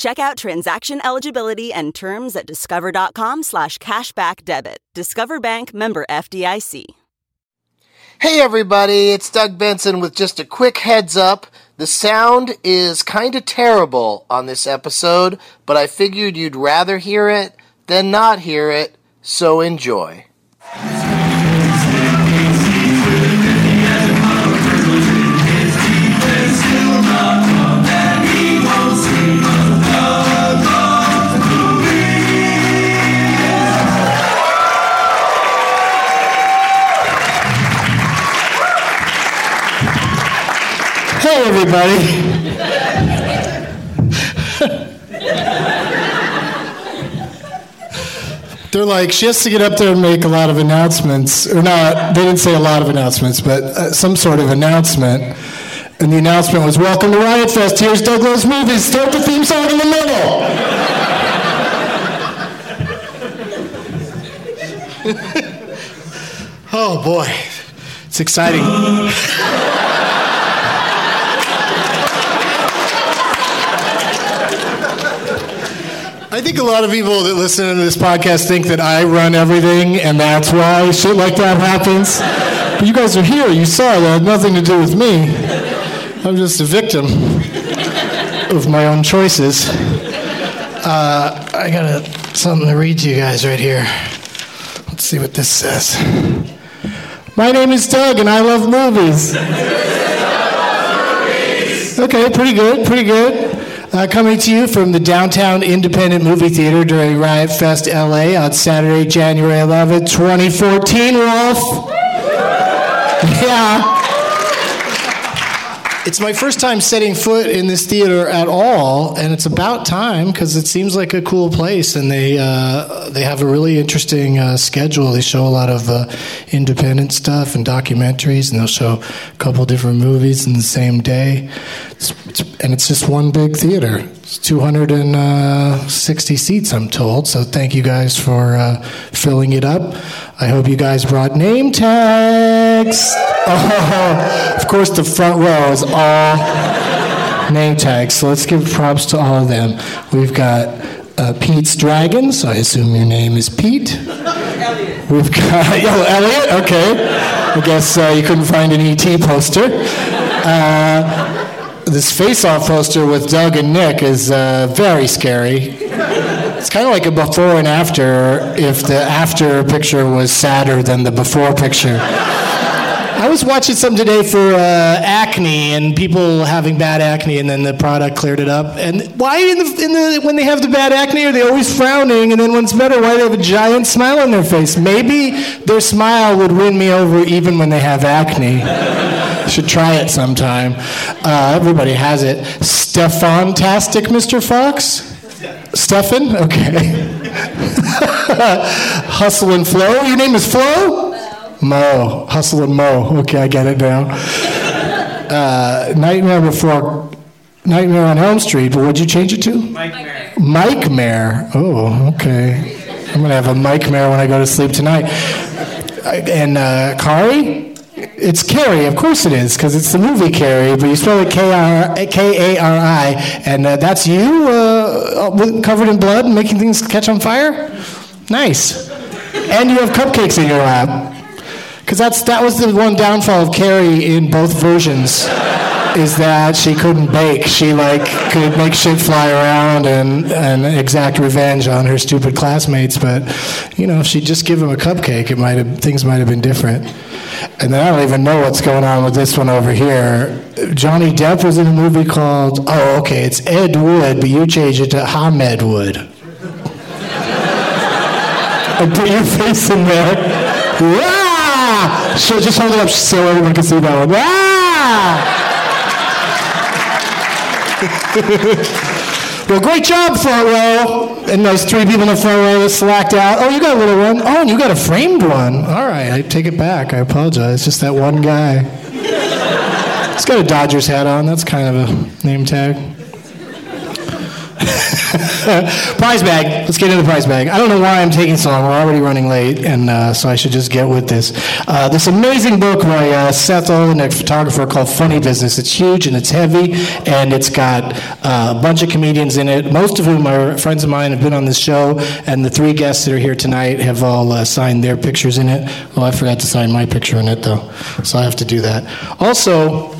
Check out transaction eligibility and terms at discover.com slash cashback debit. Discover Bank member FDIC. Hey everybody, it's Doug Benson with just a quick heads up. The sound is kind of terrible on this episode, but I figured you'd rather hear it than not hear it, so enjoy. Hey, everybody. They're like, she has to get up there and make a lot of announcements. Or not, they didn't say a lot of announcements, but uh, some sort of announcement. And the announcement was Welcome to Riot Fest. Here's Douglas Movies. Start the theme song in the middle. oh, boy. It's exciting. I think a lot of people that listen to this podcast think that I run everything and that's why shit like that happens. But you guys are here, you saw that, had nothing to do with me. I'm just a victim of my own choices. Uh, I got a, something to read to you guys right here. Let's see what this says. My name is Doug and I love movies. Okay, pretty good, pretty good. Uh, coming to you from the Downtown Independent Movie Theater during Riot Fest LA on Saturday, January 11th, 2014, Wolf. Yeah. It's my first time setting foot in this theater at all, and it's about time because it seems like a cool place, and they uh, they have a really interesting uh, schedule. They show a lot of uh, independent stuff and documentaries, and they'll show a couple different movies in the same day, it's, it's, and it's just one big theater. It's 260 seats, I'm told. So thank you guys for uh, filling it up. I hope you guys brought name tags. Oh, of course, the front row is all name tags. So let's give props to all of them. We've got uh, Pete's Dragon. So I assume your name is Pete. We've got oh, Elliot. Okay, I guess uh, you couldn't find an ET poster. Uh, this face-off poster with Doug and Nick is uh, very scary. It's kind of like a before and after. If the after picture was sadder than the before picture. I was watching some today for uh, acne and people having bad acne, and then the product cleared it up. And why in the, in the when they have the bad acne are they always frowning? And then when it's better, why do they have a giant smile on their face? Maybe their smile would win me over even when they have acne. Should try it sometime. Uh, everybody has it. Stefan Tastic, Mr. Fox? Stefan? Okay. Hustle and Flow. Your name is Flow? Mo. Hustle and Mo. Okay, I get it now. Uh, Nightmare Before Nightmare on Elm Street, but what'd you change it to? Mike-mare. Mike-mare. Oh, okay. I'm going to have a Mike-mare when I go to sleep tonight. I- And uh, Kari? It's Carrie, of course it is, because it's the movie Carrie, but you spell it K-R- K-A-R-I, and uh, that's you uh, with- covered in blood, making things catch on fire? Nice. And you have cupcakes in your lap. Because that's that was the one downfall of Carrie in both versions, is that she couldn't bake. She like could make shit fly around and and exact revenge on her stupid classmates. But you know, if she'd just give him a cupcake, it might have things might have been different. And then I don't even know what's going on with this one over here. Johnny Depp was in a movie called Oh, okay, it's Ed Wood, but you changed it to Hamed Wood. I put your face in there. Yeah! So just hold it up so everyone can see that one. Yeah! well, great job, front row. And those three people in the front row that slacked out. Oh, you got a little one. Oh, and you got a framed one. All right, I take it back. I apologize. Just that one guy. He's got a Dodgers hat on. That's kind of a name tag. prize bag. Let's get into the prize bag. I don't know why I'm taking so long. We're already running late, and uh, so I should just get with this. Uh, this amazing book by uh, Seth Olenek, photographer, called Funny Business. It's huge and it's heavy, and it's got uh, a bunch of comedians in it, most of whom are friends of mine, have been on this show, and the three guests that are here tonight have all uh, signed their pictures in it. Oh, I forgot to sign my picture in it, though, so I have to do that. Also,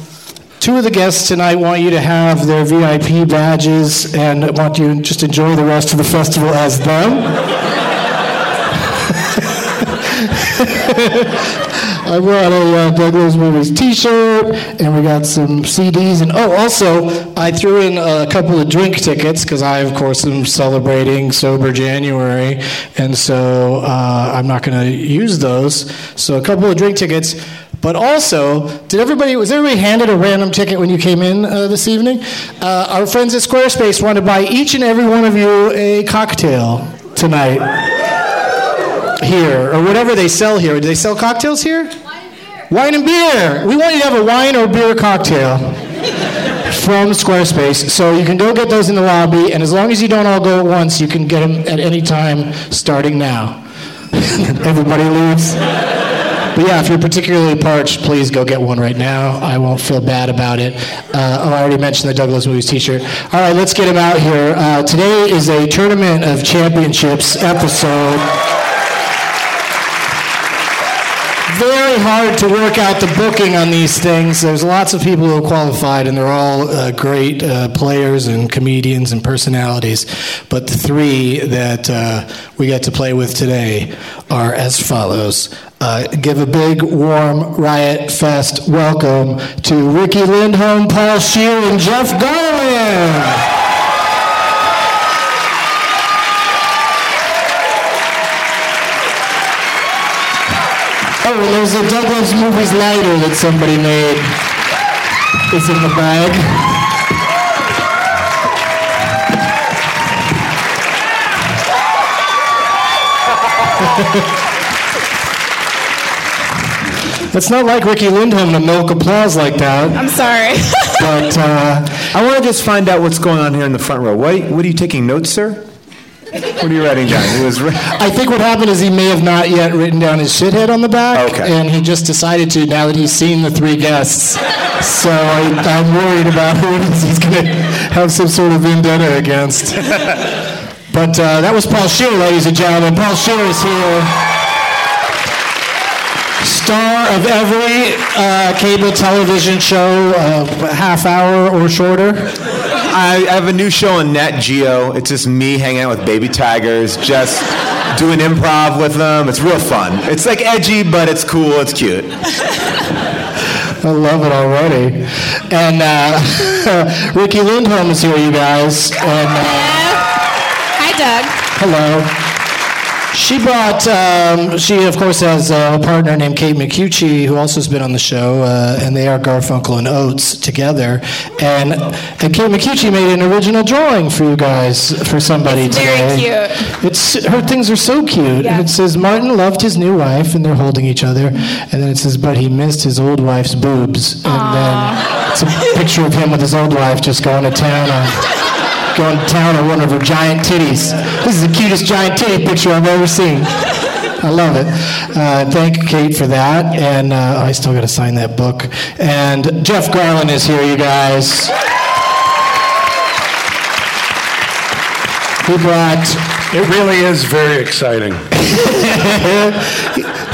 Two of the guests tonight want you to have their VIP badges and want you to just enjoy the rest of the festival as them. I brought a uh, Douglas Movies T-shirt, and we got some CDs, and oh, also I threw in a couple of drink tickets because I, of course, am celebrating sober January, and so uh, I'm not going to use those. So a couple of drink tickets, but also, did everybody was everybody handed a random ticket when you came in uh, this evening? Uh, our friends at Squarespace want to buy each and every one of you a cocktail tonight here, or whatever they sell here. Do they sell cocktails here? Wine and beer. We want you to have a wine or beer cocktail from Squarespace. So you can go get those in the lobby, and as long as you don't all go at once, you can get them at any time starting now. Everybody leaves. But yeah, if you're particularly parched, please go get one right now. I won't feel bad about it. Uh, oh, I already mentioned the Douglas Movies T-shirt. All right, let's get him out here. Uh, today is a tournament of championships episode. very hard to work out the booking on these things. There's lots of people who qualified, and they're all uh, great uh, players and comedians and personalities. But the three that uh, we get to play with today are as follows. Uh, give a big, warm, riot fest welcome to Ricky Lindholm, Paul Shear, and Jeff Garland. Oh, well, there's a Douglas Movies lighter that somebody made. It's in the bag. It's not like Ricky Lindholm to milk applause like that. I'm sorry. But uh, I want to just find out what's going on here in the front row. What, what are you taking notes, sir? What are you writing down? It was ri- I think what happened is he may have not yet written down his shithead on the back, Okay. and he just decided to now that he's seen the three guests. So I, I'm worried about who it is he's going to have some sort of vendetta against. but uh, that was Paul Shear, ladies and gentlemen. Paul Shear is here. Star of every uh, cable television show, uh, half hour or shorter. I, I have a new show on Nat Geo. It's just me hanging out with baby tigers, just doing improv with them. It's real fun. It's like edgy, but it's cool. It's cute. I love it already. And uh, Ricky Lindholm is here, you guys. And uh, Hi, Doug. hello. She brought. Um, she of course has a partner named Kate McCucci, who also has been on the show, uh, and they are Garfunkel and Oates together. And, and Kate McCucci made an original drawing for you guys for somebody It's very today. cute. It's her things are so cute. Yeah. And it says Martin loved his new wife, and they're holding each other. And then it says, but he missed his old wife's boobs. And then it's a picture of him with his old wife just going to town on going to town on one of her giant titties. This is the cutest giant titty picture I've ever seen. I love it. Uh, thank you, Kate, for that. And uh, I still got to sign that book. And Jeff Garland is here, you guys. He brought It really is very exciting.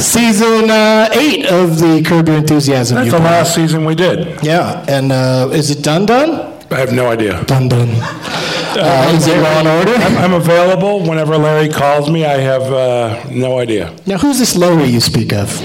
season uh, eight of the Curb Your Enthusiasm. That's you the brought. last season we did. Yeah, and uh, is it done? Done? I have no idea. Done? Done? Uh, is it Law and I'm, Order? I'm available whenever Larry calls me. I have uh, no idea. Now, who's this Lowry you speak of?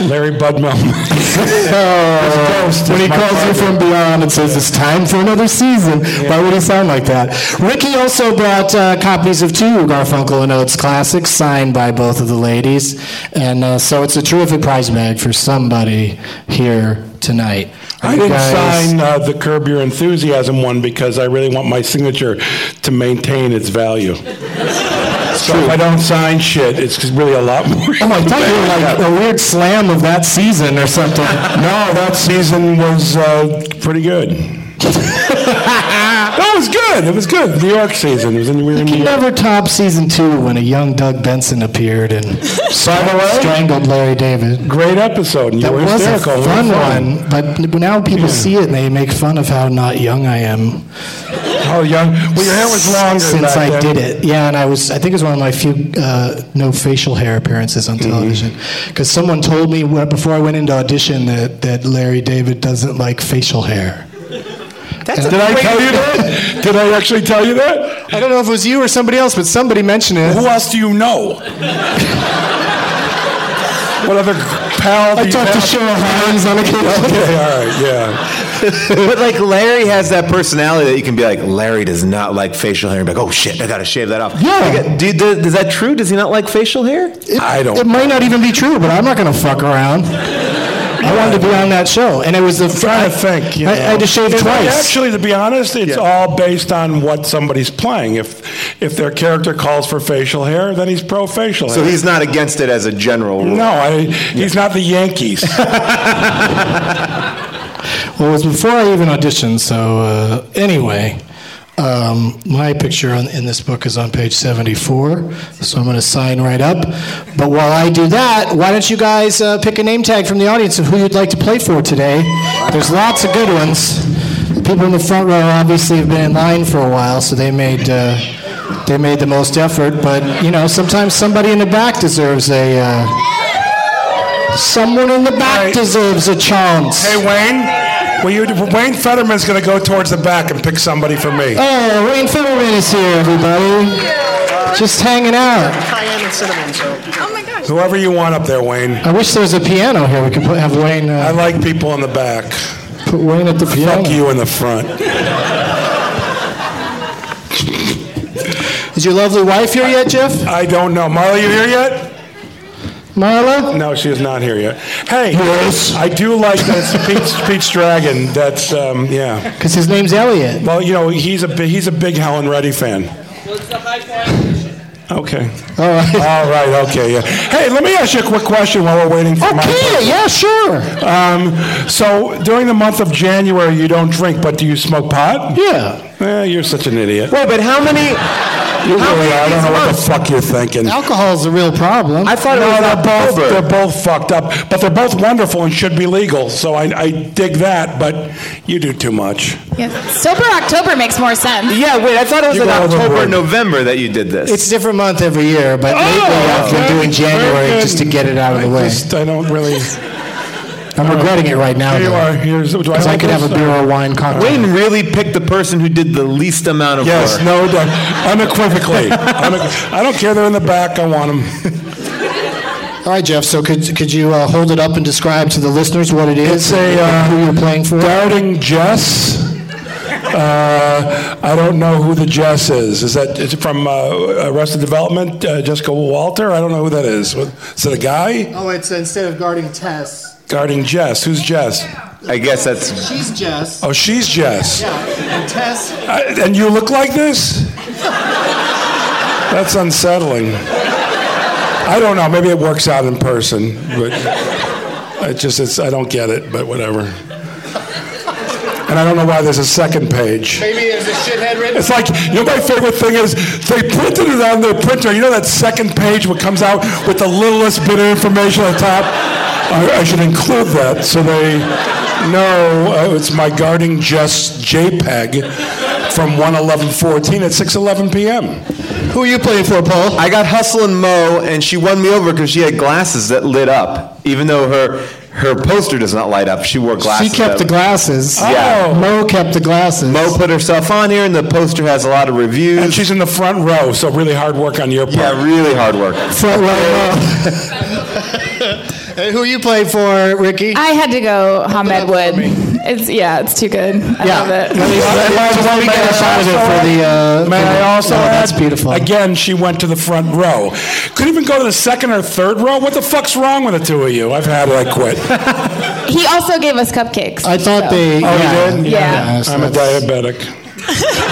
Larry Bud Melman. Oh, ghost. when he It's my calls you partner. from beyond and says it's time for another season, why would he sound like that? Ricky also brought uh, copies of two Garfunkel and Oates classics signed by both of the ladies, and uh, so it's a terrific prize bag for somebody here tonight. Are I you didn't guys- sign uh, the Curb Your Enthusiasm one because I really want my signature to maintain its value. So if I don't sign shit, it's just really a lot more. Oh, I thought you were like a weird slam of that season or something. No, that season was uh, pretty good. that was good. It was good. New York season. It was in, we were in New You York. never top season two when a young Doug Benson appeared and the way- strangled Larry David. Great episode. And you That were was a hysterical. It fun, was one, but now people see it and they make fun of how not young I am. How young? Well, your hair was longer since back I then. did it. Yeah, and I was. I think it was one of my few uh, no facial hair appearances Mm-hmm. on television because someone told me wh- before I went into audition that that Larry David doesn't like facial hair. That's Did I tell you that? Did I actually tell you that? I don't know if it was you or somebody else, but somebody mentioned it. Who else do you know? what other pal? do I you talked to have? Cheryl Hines on occasion. Okay, all right, yeah. But like Larry has that personality that you can be like, Larry does not like facial hair. And be like, oh shit, I gotta shave that off. Yeah. Like, uh, do, do, is that true? Does he not like facial hair? I don't. It might not even be true, but I'm not going to fuck around. I wanted to be on that show, and it was the. I'm trying to think. You I, I know. had to shave It's like, twice. Actually, to be honest, it's Yeah. all based on what somebody's playing. If if their character calls for facial hair, then he's pro facial hair. So he's not against it as a general rule. no, I, he's not the Yankees. Well, it was before I even auditioned, so uh, anyway. Um, my picture on, in this book is on page 74, so I'm going to sign right up. But while I do that, why don't you guys uh, pick a name tag from the audience of who you'd like to play for today? There's lots of good ones. The people in the front row obviously have been in line for a while, so they made uh, they made the most effort. But you know, sometimes somebody in the back deserves a uh, someone in the back Right. deserves a chance. Hey Wayne, will you, Wayne Fetterman's going to go towards the back and pick somebody for me. Oh, Wayne Fetterman is here, everybody. Just hanging out. cayenne and cinnamon, so. Whoever you want up there, Wayne. I wish there was a piano here. We could put, have Wayne I uh, like people in the back. put Wayne at the piano. Fuck you in the front. Is your lovely wife here yet, Jeff? I don't know. Marla, you here yet? Marla? No, she is not here yet. Hey, Yes. I do like that it's Pete's, Pete's Dragon. That's um, yeah. Because his name's Elliot. Well, you know he's a bi- he's a big Helen Reddy fan. Okay. All right. All right. Okay. Yeah. Hey, let me ask you a quick question while we're waiting for my. Oh, Okay, yeah, sure. Um, so during the month of January, you don't drink, but do you smoke pot? Yeah. Eh, you're such an idiot. Wait, but how many? You how really many are. I of don't these know what the months? fuck you're thinking. Alcohol's a real problem. I thought it No, was they're both October. they're both fucked up, but they're both wonderful and should be legal. So I, I dig that, but you do too much. Yeah. Sober October makes more sense. Yeah, wait, I thought it was You in go October, overboard. and November that you did this. It's a different month every year, Oh! but lately I've okay. been doing January Oh, Very just to good. get it out of the I way. just- I don't really. I'm regretting it right now. Here you though, are. Here's. Do I, Because I like could have a this? beer or wine cocktail. Wayne really picked the person who did the least amount of Yes. work. No. doubt. Unequivocally. Unequ- I don't care. They're in the back. I want them. All right, Jeff. So could could you uh, hold it up and describe to the listeners what it is? It's a, uh, who you're playing for. Darting Jess. Uh, I don't know who the Jess is. Is that is it from uh, Arrested Development? Uh, Jessica Walter. I don't know who that is. What- Is it a guy Oh, it's instead of guarding Tess, guarding Jess? Who's Jess? I guess that's. she's Jess. Oh, she's Jess. And Tess. I, and you look like this? That's unsettling. I don't know. Maybe it works out in person, but it just it's, I don't get it. But whatever. And I don't know why there's a second page. Maybe there's a shithead written. It's like, you know, my favorite thing is they printed it on their printer. You know that second page what comes out with the littlest bit of information on top? I, I should include that so they know uh, it's my guarding just JPEG from 111.14 at 6.11 p.m. Who are you playing for, Paul? I got Hustle and Mo, and she won me over because she had glasses that lit up. Even though her her poster does not light up, she wore She glasses. kept the that- glasses. Yeah. Oh. Mo kept the glasses. Mo put herself on here, and the poster has a lot of reviews. And she's in the front row, so really hard work on your part. yeah, really hard work. front row. and who you play for, Ricky? I had to go Hamed Wood. It's yeah, it's too good. I yeah. love Let it. me, let me- let me get a shot of it for the. Uh, May for the- I also oh, that's add, beautiful. Again, she went to the front row. Couldn't even go to the second or third row. What the fuck's wrong with the two of you? I've had it. I quit. He also gave us cupcakes. I thought so. they. Oh, yeah. you did? Yeah. Yeah, so I'm a that's- diabetic.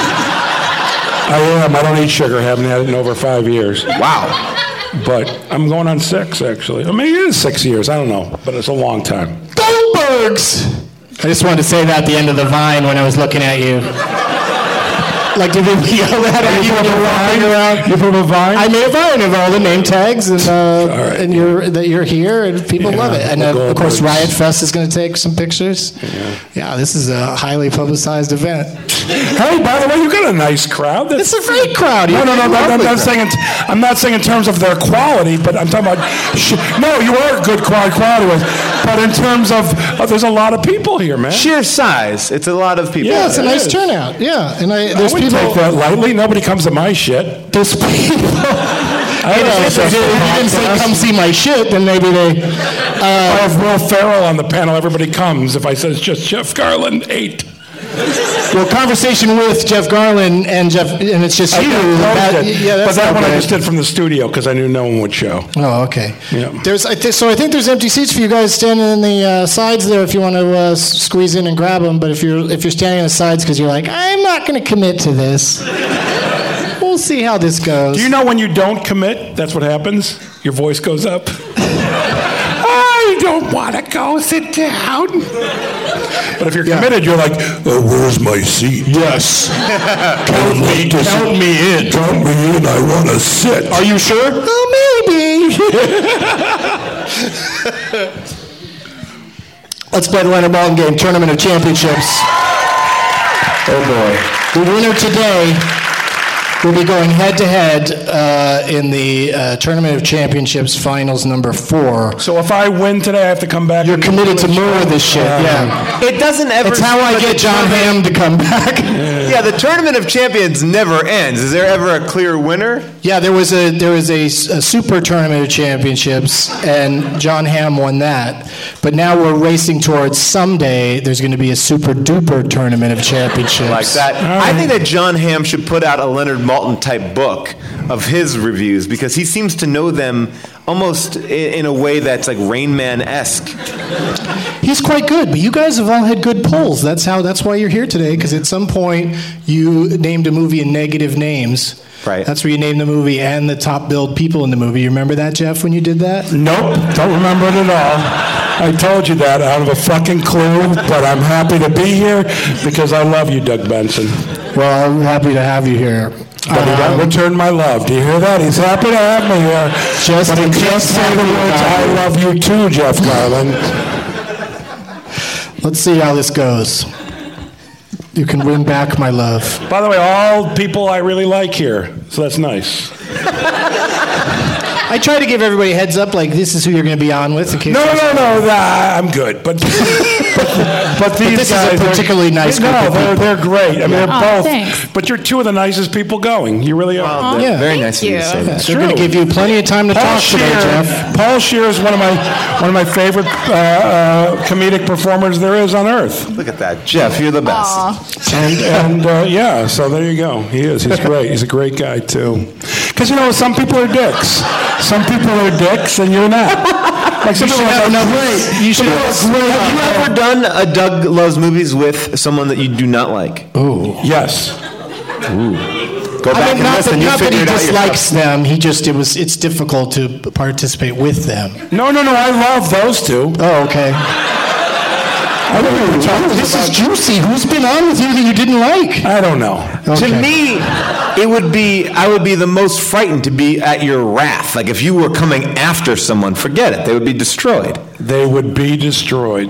I am. I don't eat sugar. Haven't had it in over five years. Wow. But I'm going on six, actually. I mean, it is six years. I don't know. But it's a long time. Goldbergs. I just wanted to say that at the end of the vine when I was looking at you. like, did they yell that at you when you were walking around? You from a vine? I made a vine of all the name tags, and uh, right. and you're that you're here, and people Yeah, love it. And we'll uh, go of course, over it. Riot Fest is going to take some pictures. Yeah. this is a highly publicized event. hey, by the way, you got a nice crowd. That's- It's a great crowd. No, You- no, no, you no, love I'm the not crowd. saying. It, I'm not saying in terms of their quality, but I'm talking about. Sh- no, you are a good quality, quality was, but in terms of, oh, there's a lot of people here, man. Sheer size. It's a lot of people. Yeah, it's a It nice is. turnout. Yeah, and I I there's wouldn't people. take that lightly. Nobody comes to my shit. There's people. I don't know, If so- they didn't say come see my shit, then maybe they. uh, I have Will Ferrell on the panel. Everybody comes. If I said it's just Jeff Garland, eight. Well, conversation with Jeff Garland and Jeff, and it's just I you. did. that- yeah, that's but that not one I good. just did from the studio because I knew no one would show. Oh, okay. Yeah. There's, I think, so I think there's empty seats for you guys standing in the uh, sides there if you want to uh, s- squeeze in and grab them. But if you're if you're standing on the sides because you're like, I'm not going to commit to this. we'll see how this goes. Do you know when you don't commit? That's what happens. Your voice goes up. I don't want to go sit down. But if you're committed, you're like, uh, where's my seat? Yes. count, me, count me in. Count me in. I want to sit. Are you sure? Oh, maybe. Let's play the Leonard Maltin game, Tournament of Championships. Oh The winner today will be going head to head in the uh, Tournament of Championships finals number four. So if I win today, I have to come back. You're and- committed to more of this shit. Yeah. boy. It doesn't ever. It's how I get John Hamm to come back. Yeah, the tournament of champions never ends. Is there ever a clear winner? Yeah, there was a there was a, s- a super tournament of championships, and John Hamm won that. But now we're racing towards someday there's going to be a super duper tournament of championships. like that. I think that John Hamm should put out a Leonard Malton type book of his reviews because he seems to know them almost in, in a way that's like Rain Man esque. He's quite good, but you guys have all had good polls. That's how. That's why you're here today. Because at some point you named a movie in negative names. Right. That's where you named the movie and the top billed people in the movie. You remember that, Jeff, when you did that? Nope, don't remember it at all. I told you that out of a fucking clue, but I'm happy to be here because I love you, Doug Benson. Well, I'm happy to have you here. But he Um, don't return my love. Do you hear that? He's happy to have me here. Just but he in can't case say the something words, I happened. love you too, Jeff Garland. let's see how this goes. You can win back my love. By the way, all people I really like here, so that's nice. I try to give everybody a heads up, like this is who you're going to be on with. In case No, no, no, no, I'm good. But but, but these this is a guys, they're- particularly nice No, group of they're, people. they're great. I mean, they're Aw, both. thanks. But you're two of the nicest people going. You really are. Wow, Yeah. Very Thank nice of you to you. say that. We're going to true. Oh, give you plenty of time to Paul talk today, Jeff. Shear, Paul Shear is one of my one of my favorite uh, uh, comedic performers there is on earth, Look at that, Jeff. You're the best. and and uh, yeah, so there you go. He is. He's great. He's a great guy too. Because you know, some people are dicks. Some people are dicks, and you're not. Like some people are like, great. You should. Have you ever done a Doug Loves Movies with someone that you do not like? Yes. Go back I mean, and not listen. that, you not that figure he it out dislikes them. He just it was it's difficult to participate with them. No, no, no. I love those two. Oh, okay. I don't know. what you're talking This about. is juicy. Who's been on with you that you didn't like? I don't know. yourself. To me, it would be I would be the most frightened to be at your wrath. Like if you were coming after someone, forget it. They would be destroyed. They would be destroyed.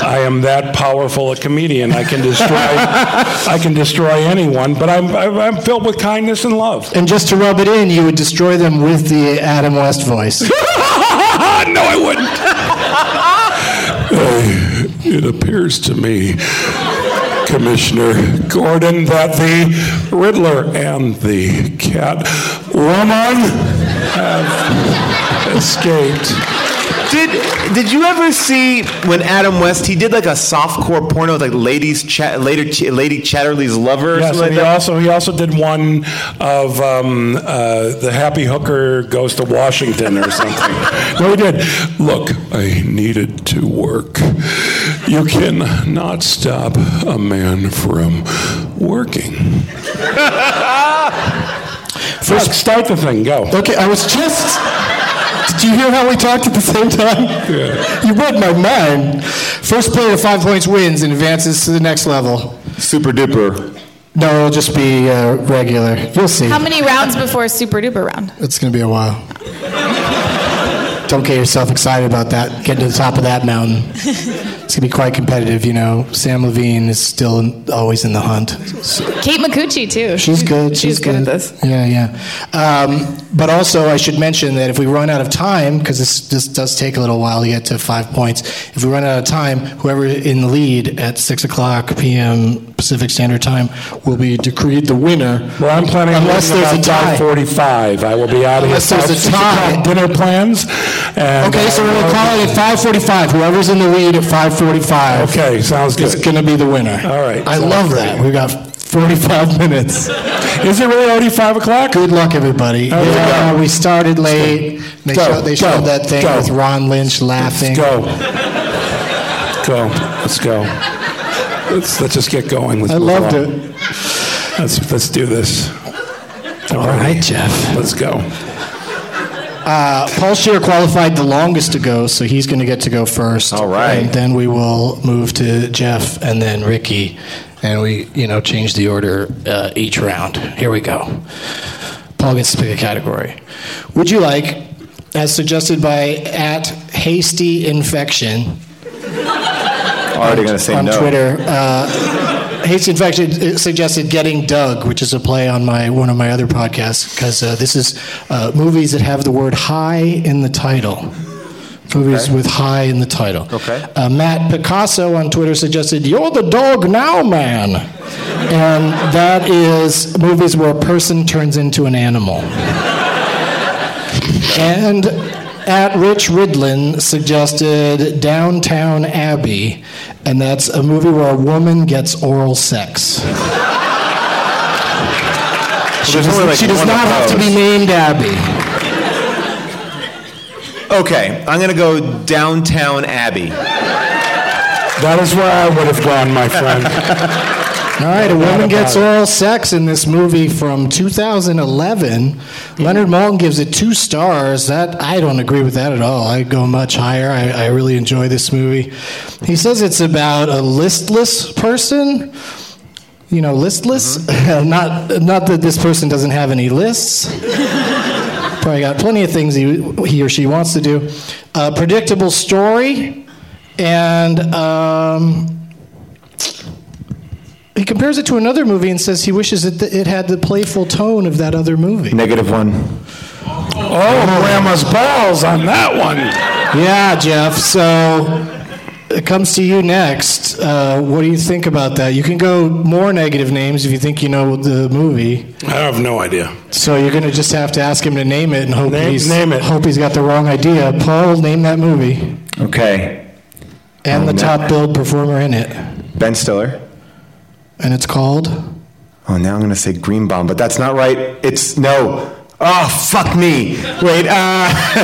I am that powerful a comedian. I can destroy. I can destroy anyone. But I'm I'm I'm filled with kindness and love. And just to rub it in, you would destroy them with the Adam West voice. Ah, no, I wouldn't. it appears to me, Commissioner Gordon, that the Riddler and the Cat Woman have escaped. Did Did you ever see when Adam West he did like a softcore porno with like ladies chat later Ch- Lady Chatterley's lover or Yes, something and like he that? also he also did one of um, uh, the happy hooker goes to Washington or something. no, he did. Look, I needed to work. You cannot stop a man from working. First, start the thing. Go. okay, I was just. Did you hear how we talked at the same time? Yeah. You read my mind. First player to five points wins and advances to the next level. Super duper. No, it'll just be uh, regular. You'll see. How many rounds before Super Duper round? It's going to be a while. Don't get yourself excited about that. Get to the top of that mountain. It's going to be quite competitive, you know. Sam Levine is still in, always in the hunt. Kate Micucci too. She's good. She's, good at this. Yeah, yeah. Um, but also, I should mention that if we run out of time, because this, this does take a little while to get to five points, if we run out of time, whoever in the lead at 6 o'clock p.m. Pacific Standard Time will be decreed the winner. Well, I'm planning on Unless leaving there's a about tie. 5:45. I will be out of here. Unless there's a 5, 6 tie. o'clock Dinner plans. and- Okay, so we'll call it at 5:45. Whoever's in the lead at 5:45. Okay, sounds good. Is gonna be the winner. All right. I love that. We got 45 minutes. Is it really already five o'clock? Good luck, everybody. All right. Yeah, we started late. They, Go, showed, they go, showed that thing go. with Ron Lynch laughing. Let's go. Go. Let's go. Let's, let's just get going. Let's I move loved on. it. Let's, let's do this. All right, Jeff. Let's go. Uh, Paul Shear qualified the longest to go, so he's going to get to go first. All right. And then we will move to Jeff and then Ricky, and we you know change the order uh, each round. Here we go. Paul gets to pick a category. Would you like, as suggested by at hasty infection Already gonna say on no. Twitter, uh, hasty infection uh, suggested getting Doug, which is a play on my one of my other podcasts, because uh, this is uh, movies that have the word high in the title. Movies with high in the title. Okay. Uh, Matt Picasso on Twitter suggested, You're the dog now, man. and that is movies where a person turns into an animal. and at Rich Ridlin suggested Downtown Abbey, and that's a movie where a woman gets oral sex. Well, She there's does, only, like, she does one not of have to be those. named Abby. Okay, I'm gonna go downtown Abbey. That is where I would have gone, my friend. All right, a woman gets it. oral sex in this movie from 2011. Leonard Maltin gives it two stars. That I don't agree with that at all. I go much higher. I, I really enjoy this movie. He says it's about a listless person. You know, listless. not not that this person doesn't have any lists. Probably got plenty of things he, he or she wants to do. Uh, predictable story, and. Um, he compares it to another movie and says he wishes it, it had the playful tone of that other movie. Negative one. Oh, grandma's balls on that one. Yeah, Jeff. So it comes to you next. Uh, what do you think about that? You can go more negative names if you think you know the movie. I have no idea. So you're going to just have to ask him to name it and hope Name- he's name it. hope he's got the wrong idea. Paul, name that movie Okay. and the no. top billed performer in it, Ben Stiller. and it's called. Oh, now I'm gonna say Green Bomb, but that's not right. It's no. Oh, fuck me. Wait. Uh,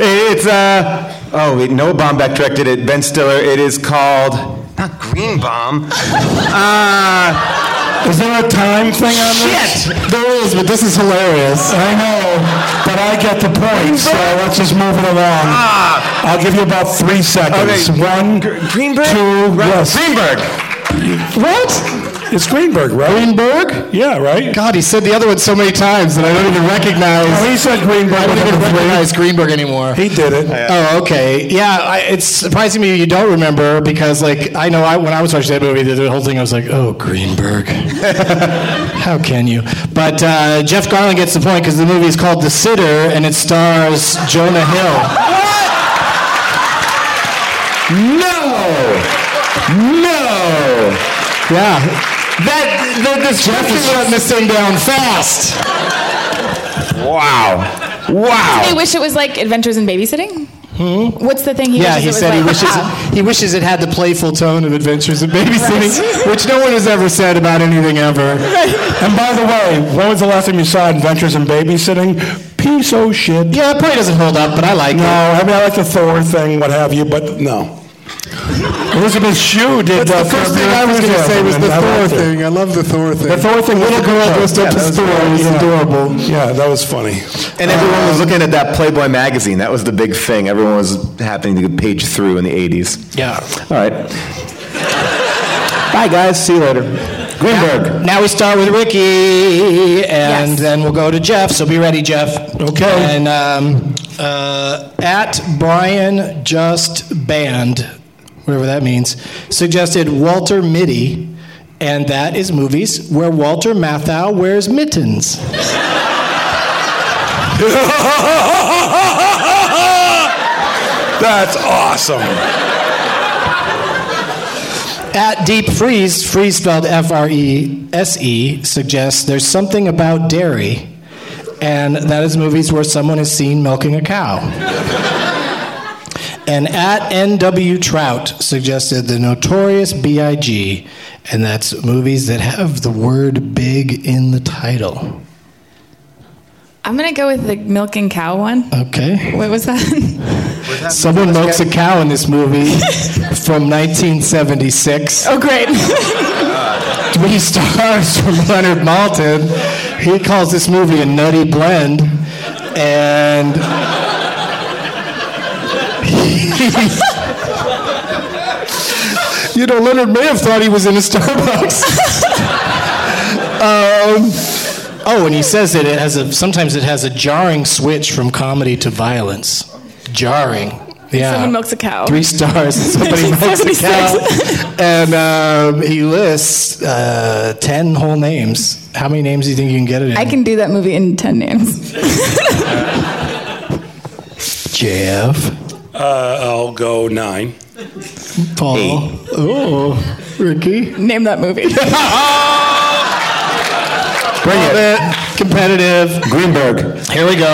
it's uh. Oh wait, Noah Baumbach directed it. Ben Stiller. It is called not Green Bomb. Uh, Is there a time thing on this? shit. There is, but this is hilarious. I know, but I get the point, so let's just move it along. Ah. I'll give you about three seconds. Okay. One, Gr- Greenberg. two, Right, yes. Greenberg. What? It's Greenberg, right? Greenberg. Yeah, right? God, he said the other one so many times that I don't even recognize. Oh, he said Greenberg. I don't even number three. recognize Greenberg anymore. He did it. Oh, okay. Yeah, I, it's surprising me you don't remember because, like, I know I, when I was watching that movie, the, the whole thing I was like, "Oh, Greenberg, how can you?" But uh, Jeff Garland gets the point because the movie is called The Sitter and it stars Jonah Hill. No. No. Yeah, that that description letting this thing down fast. Wow. Wow. They wish it was like Adventures in Babysitting. What's the thing he Yeah, wishes he it was said like? he wishes Ah. it, he wishes it had the playful tone of Adventures in Babysitting, Right. which no one has ever said about anything ever. And by the way, when was the last time you saw Adventures in Babysitting? Piece of shit. Yeah, it probably doesn't hold up, but I like No, it. I mean, I like the Thor thing, what have you, but no. Elizabeth Shue did That's the first thing I was going to say was the Thor thing. I love the Thor thing. The Thor thing, Little girl dressed up as Thor was adorable. Yeah, that was funny. And everyone was looking at that Playboy magazine. That was the big thing. Everyone was happening to page through in the 80s. Yeah. All right. Bye, guys. See you later. Greenberg. Now we start with Ricky, and Yes. then we'll go to Jeff. So be ready, Jeff. Okay. And um, uh, at Brian Just Band, whatever that means, suggested Walter Mitty, and that is movies where Walter Matthau wears mittens. That's awesome. At Deep Freeze, Freeze spelled F R E S E, suggests there's something about dairy, and that is movies where someone is seen milking a cow. and at N.W. Trout suggested the notorious B.I.G., and that's movies that have the word big in the title. I'm gonna go with the milking cow one. Oh. Okay. What was that? Someone milks a cow in this movie from 1976. oh, great. three stars from Leonard Maltin. He calls this movie a nutty blend, and you know Leonard may have thought he was in a Starbucks. um, oh, and he says that it has a sometimes it has a jarring switch from comedy to violence. Jarring. Yeah. Someone milks a cow. Three stars. and Somebody milks a cow. And um, he lists uh, ten whole names. How many names do you think you can get it in? I can do that movie in ten names. Jeff, Uh, I'll go nine. Paul. Oh, Ricky. Name that movie. Bring it. Competitive. Greenberg. Here we go.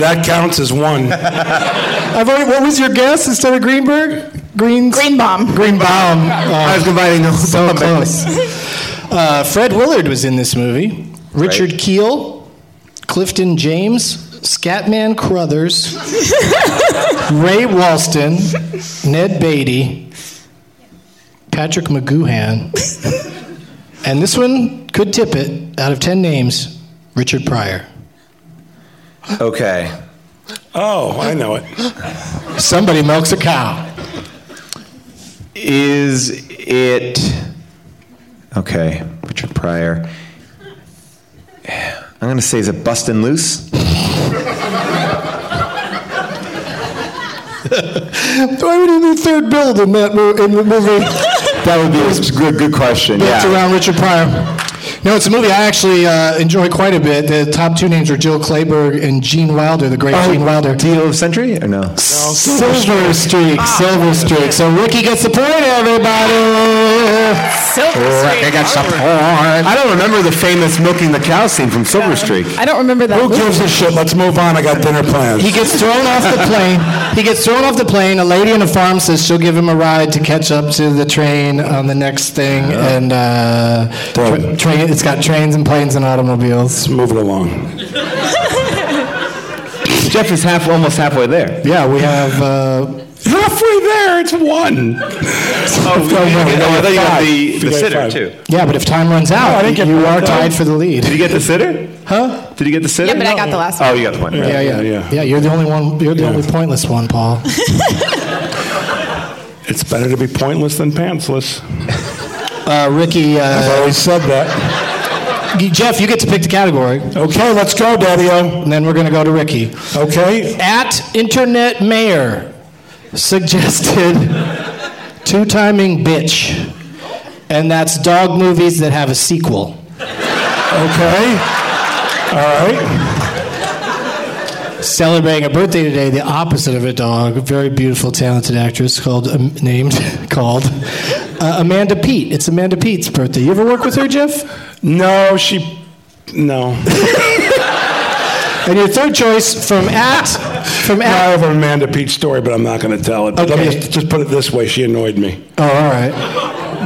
That counts as one. I've already. What was your guess instead of Greenberg? Green. Green bomb. Green bomb. I was combining those. so close. Uh, Fred Willard was in this movie. Richard Keel, Clifton James, Scatman Crothers, Ray Walston, Ned Beatty, Patrick McGoohan, and this one could tip it out of 10 names Richard Pryor. Okay. Oh, I know it. Somebody milks a cow. Is it. Okay, Richard Pryor. I'm going to say, is it Bustin' Loose? Why would he need third build in that mo- in the movie? That would be a good, good question. Built Yeah. around Richard Pryor. No, it's a movie I actually uh, enjoy quite a bit. The top two names are Jill Clayburgh and Gene Wilder, the great Oh, Gene Wilder. Deal of Century or no? Silver streak, silver streak. So Ricky gets the point, everybody. I got some I don't remember the famous milking the cow scene from Silver Streak. I don't remember that. Who movie. gives a shit? Let's move on. I got dinner plans. He gets thrown off the plane. He gets thrown off the plane. A lady in a farm says she'll give him a ride to catch up to the train on the next thing. And uh, tra- train, it's got trains and planes and automobiles. Move it along. Jeff is half, almost halfway there. Yeah, we have. Uh, Halfway there, it's one. Oh, no, no, no, I thought you got five. the, the You got sitter five. too. yeah, but if time runs I out, didn't get you one, are though. tied for the Did lead. you get the sitter? Huh? Did you get the sitter? Yeah, but I got the last one. Oh, you got the one. right. Yeah, yeah, yeah. yeah. you're the only one. You're the Yeah. only pointless one, Paul. It's better to be pointless than pantsless. Uh, Ricky, I've uh, always said that. Jeff, you get to pick the category, and Okay, let's go, Daddy-O. then we're gonna go to Ricky. Okay. At Internet Mayor suggested two timing bitch, and that's dog movies that have a sequel. Okay. All right. Celebrating a birthday today, the opposite of a dog, a very beautiful, talented actress called um, named called uh, Amanda Pete. It's Amanda Pete's birthday. You ever work with her, Jeff? No, she. No. And your third choice from at from I at. have an Amanda Pete story, but I'm not going to tell it. But Let Okay. me just, just put it this way: she annoyed me. Oh, all right.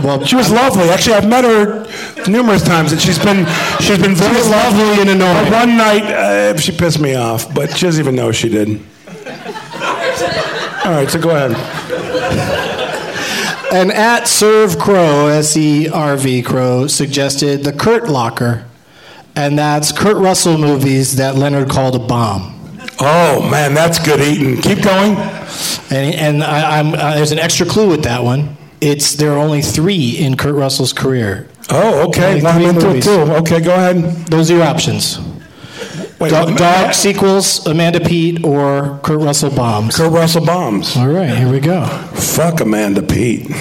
Well, She was lovely. Actually, I've met her numerous times, and she's been she's been very was lovely and annoying. But one night, uh, she pissed me off, but she doesn't even know she did. All right, so go ahead. And at Serve Crow, S E R V Crow, suggested the Kurt Locker, and that's Kurt Russell movies that Leonard called a bomb. Oh man, that's good eating. Keep going. And, and I, I'm, uh, there's an extra clue with that one. It's there are only three in Kurt Russell's career. Oh, okay. Only Now I'm three into movies. it too. Okay, go ahead. Those are your options: Wait, dog, what- dog sequels, Amanda Pete, or Kurt Russell bombs. Kurt Russell bombs. All right, here we go. Fuck Amanda Pete. I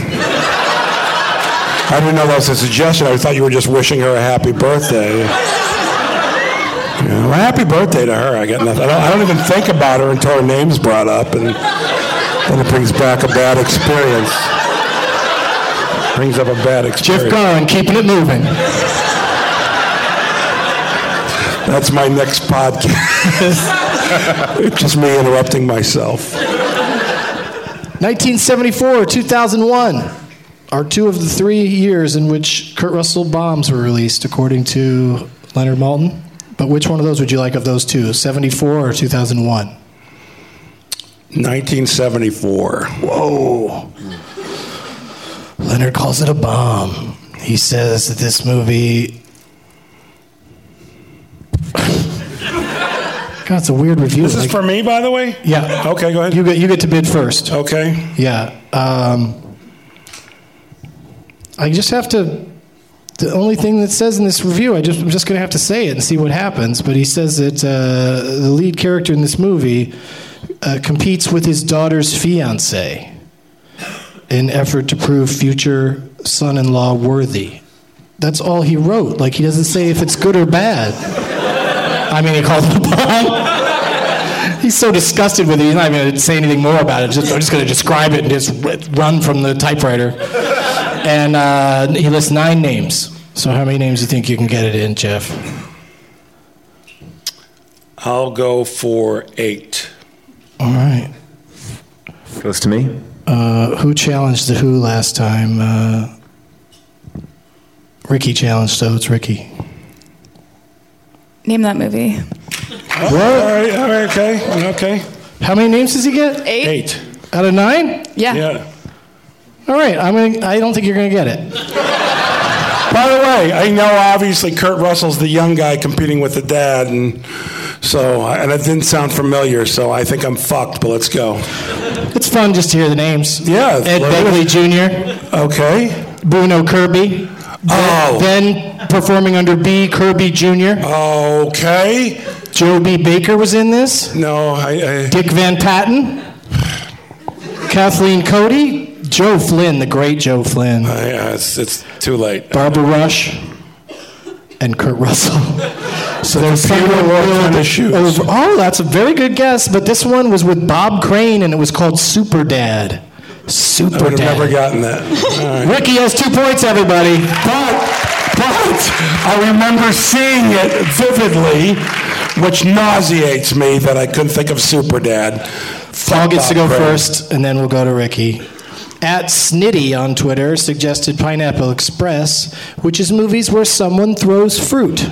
didn't know that was a suggestion. I thought you were just wishing her a happy birthday. Yeah, well, happy birthday to her. I got nothing. I don't, I don't even think about her until her name's brought up, and then it brings back a bad experience. Brings up a bad Jeff experience. Garlin, keeping it moving. That's my next podcast. just me interrupting myself. 1974, 2001 are two of the three years in which Kurt Russell bombs were released, according to Leonard Maltin. But which one of those would you like of those two, 74 or 2001? 1974. Whoa. Leonard calls it a bomb. He says that this movie. God, it's a weird review. This is Like- for me, by the way? yeah. Okay, go ahead. You get, you get to bid first. Okay. Yeah. Um, I just have to. The only thing that says in this review, I just, I'm just going to have to say it and see what happens. But he says that uh, the lead character in this movie uh, competes with his daughter's fiance in effort to prove future son-in-law worthy. That's all he wrote. Like he doesn't say if it's good or bad. I mean, he called it a bomb. He's so disgusted with it. He's not even going to say anything more about it. Just, I'm just going to describe it and just r- run from the typewriter. And uh, he lists nine names. So how many names do you think you can get it in, Jeff? I'll go for eight. All right. Goes to me. Uh, who challenged the Who last time? Uh, Ricky challenged, so it's Ricky. Name that movie. All right, all right, okay, okay. How many names does he get? Eight? Eight. Out of nine? Yeah. Yeah. All right. I'm gonna, I don't think you're going to get it. By the way, I know obviously Kurt Russell's the young guy competing with the dad, and so and it didn't sound familiar, so I think I'm fucked. But let's go. It's fun just to hear the names. Yeah. Ed Begley Jr., Okay. Bruno Kirby. Oh. Then performing under B. Kirby Jr. Okay. Joe B. Baker was in this. No, I. I Dick Van Patten. Kathleen Cody. Joe Flynn, the great Joe Flynn. I, uh, it's, it's too late. Barbara Rush. And Kurt Russell. So there's Peter someone Lorre really kind of shoes. over- Oh, that's a very good guess. But this one was with Bob Crane, and it was called Super Dad. Super I would have Dad. never gotten that. Ricky has two points, everybody. But, but I remember seeing it vividly, which nauseates me that I couldn't think of Super Dad. Paul Fuck gets to go Bob Brown. first, and then we'll go to Ricky. At Snitty on Twitter suggested Pineapple Express, which is movies where someone throws fruit.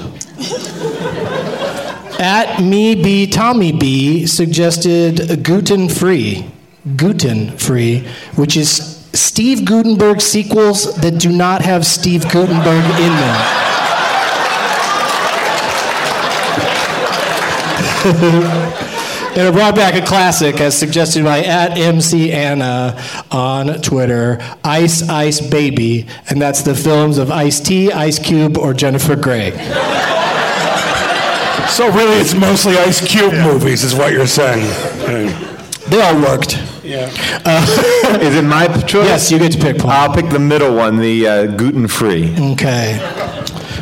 At me B Tommy B suggested Gluten Free, Gluten Free, which is Steve Gutenberg sequels that do not have Steve Gutenberg in them. And I brought back a classic as suggested by at MC Anna on Twitter, Ice Ice Baby, and that's the films of Ice T, Ice Cube, or Jennifer Grey. So really, it's mostly Ice Cube movies, is what you're saying. They all worked. Uh, Yeah. Is it my p- choice? Yes, you get to pick Paul. I'll pick the middle one, the uh, gluten free. Okay.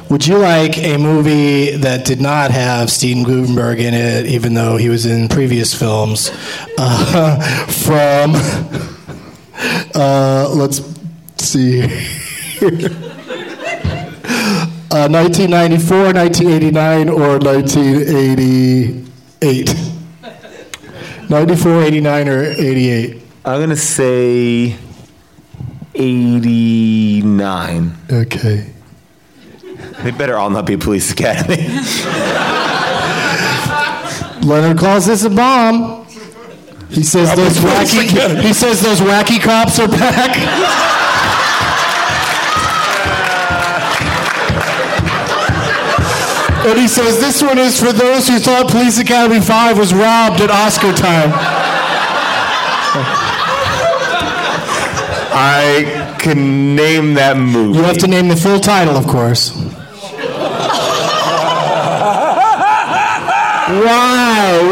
Would you like a movie that did not have Steven Gutenberg in it, even though he was in previous films? Uh, from, uh, let's see. Uh, 1994, 1989, or 1988? 94, 89, or 88? I'm going to say 89. Okay. They better all not be Police Academy. Leonard calls this a bomb. He says those wacky. He says those wacky cops are back. and he says this one is for those who thought Police Academy Five was robbed at Oscar time. I can name that movie. You have to name the full title, of course. Why?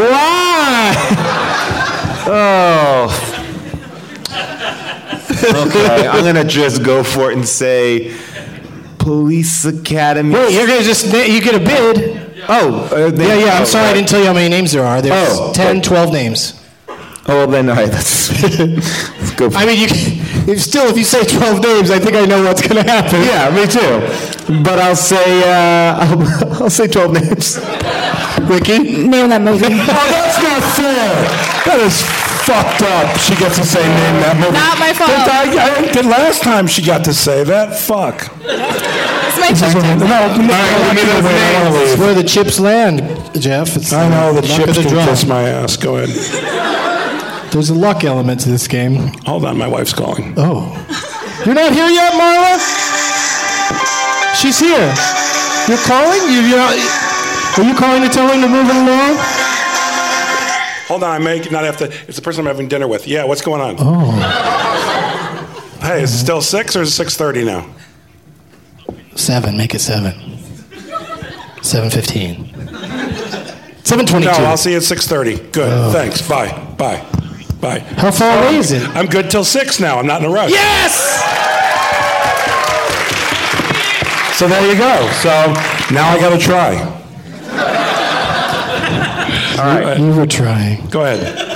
Why? Oh. okay, I'm gonna just go for it and say Police Academy. Wait, you're gonna just you get a bid. Oh, uh, they- Yeah, yeah, oh, I'm sorry I right. didn't tell you how many names there are. There's Oh, 10, right. 12 names. Oh, well, then, all right, let's, let's go for I mean, you can, if still, if you say 12 names, I think I know what's going to happen. Yeah, me too. But I'll say uh, I'll, I'll say 12 names. Ricky? Name that movie. Oh, that's not fair. That is fucked up. She gets to say name that movie. Not my fault. Did I, I, did last time she got to say that. Fuck. It's my turn. No, give me no, those I wanna names. It's leave. where the chips land, Jeff. It's I know the luck of chips the can draw. kiss my ass. Go ahead. There's a luck element to this game. Hold on, my wife's calling. Oh. You're not here yet, Marla? She's here. You're calling? You, you're not, are you calling to tell her to move it along? Hold on, I may not have to. It's the person I'm having dinner with. Yeah, what's going on? Oh. Hey, is it still six or is it six thirty now? Seven. Make it seven. 7.15. 7.22. No, I'll see you at six thirty. Good, thanks. Bye, bye, bye. How far away is it? I'm good till six now. I'm not in a rush. Yes! So there you go. So now I got to try. All right, You were trying. go ahead.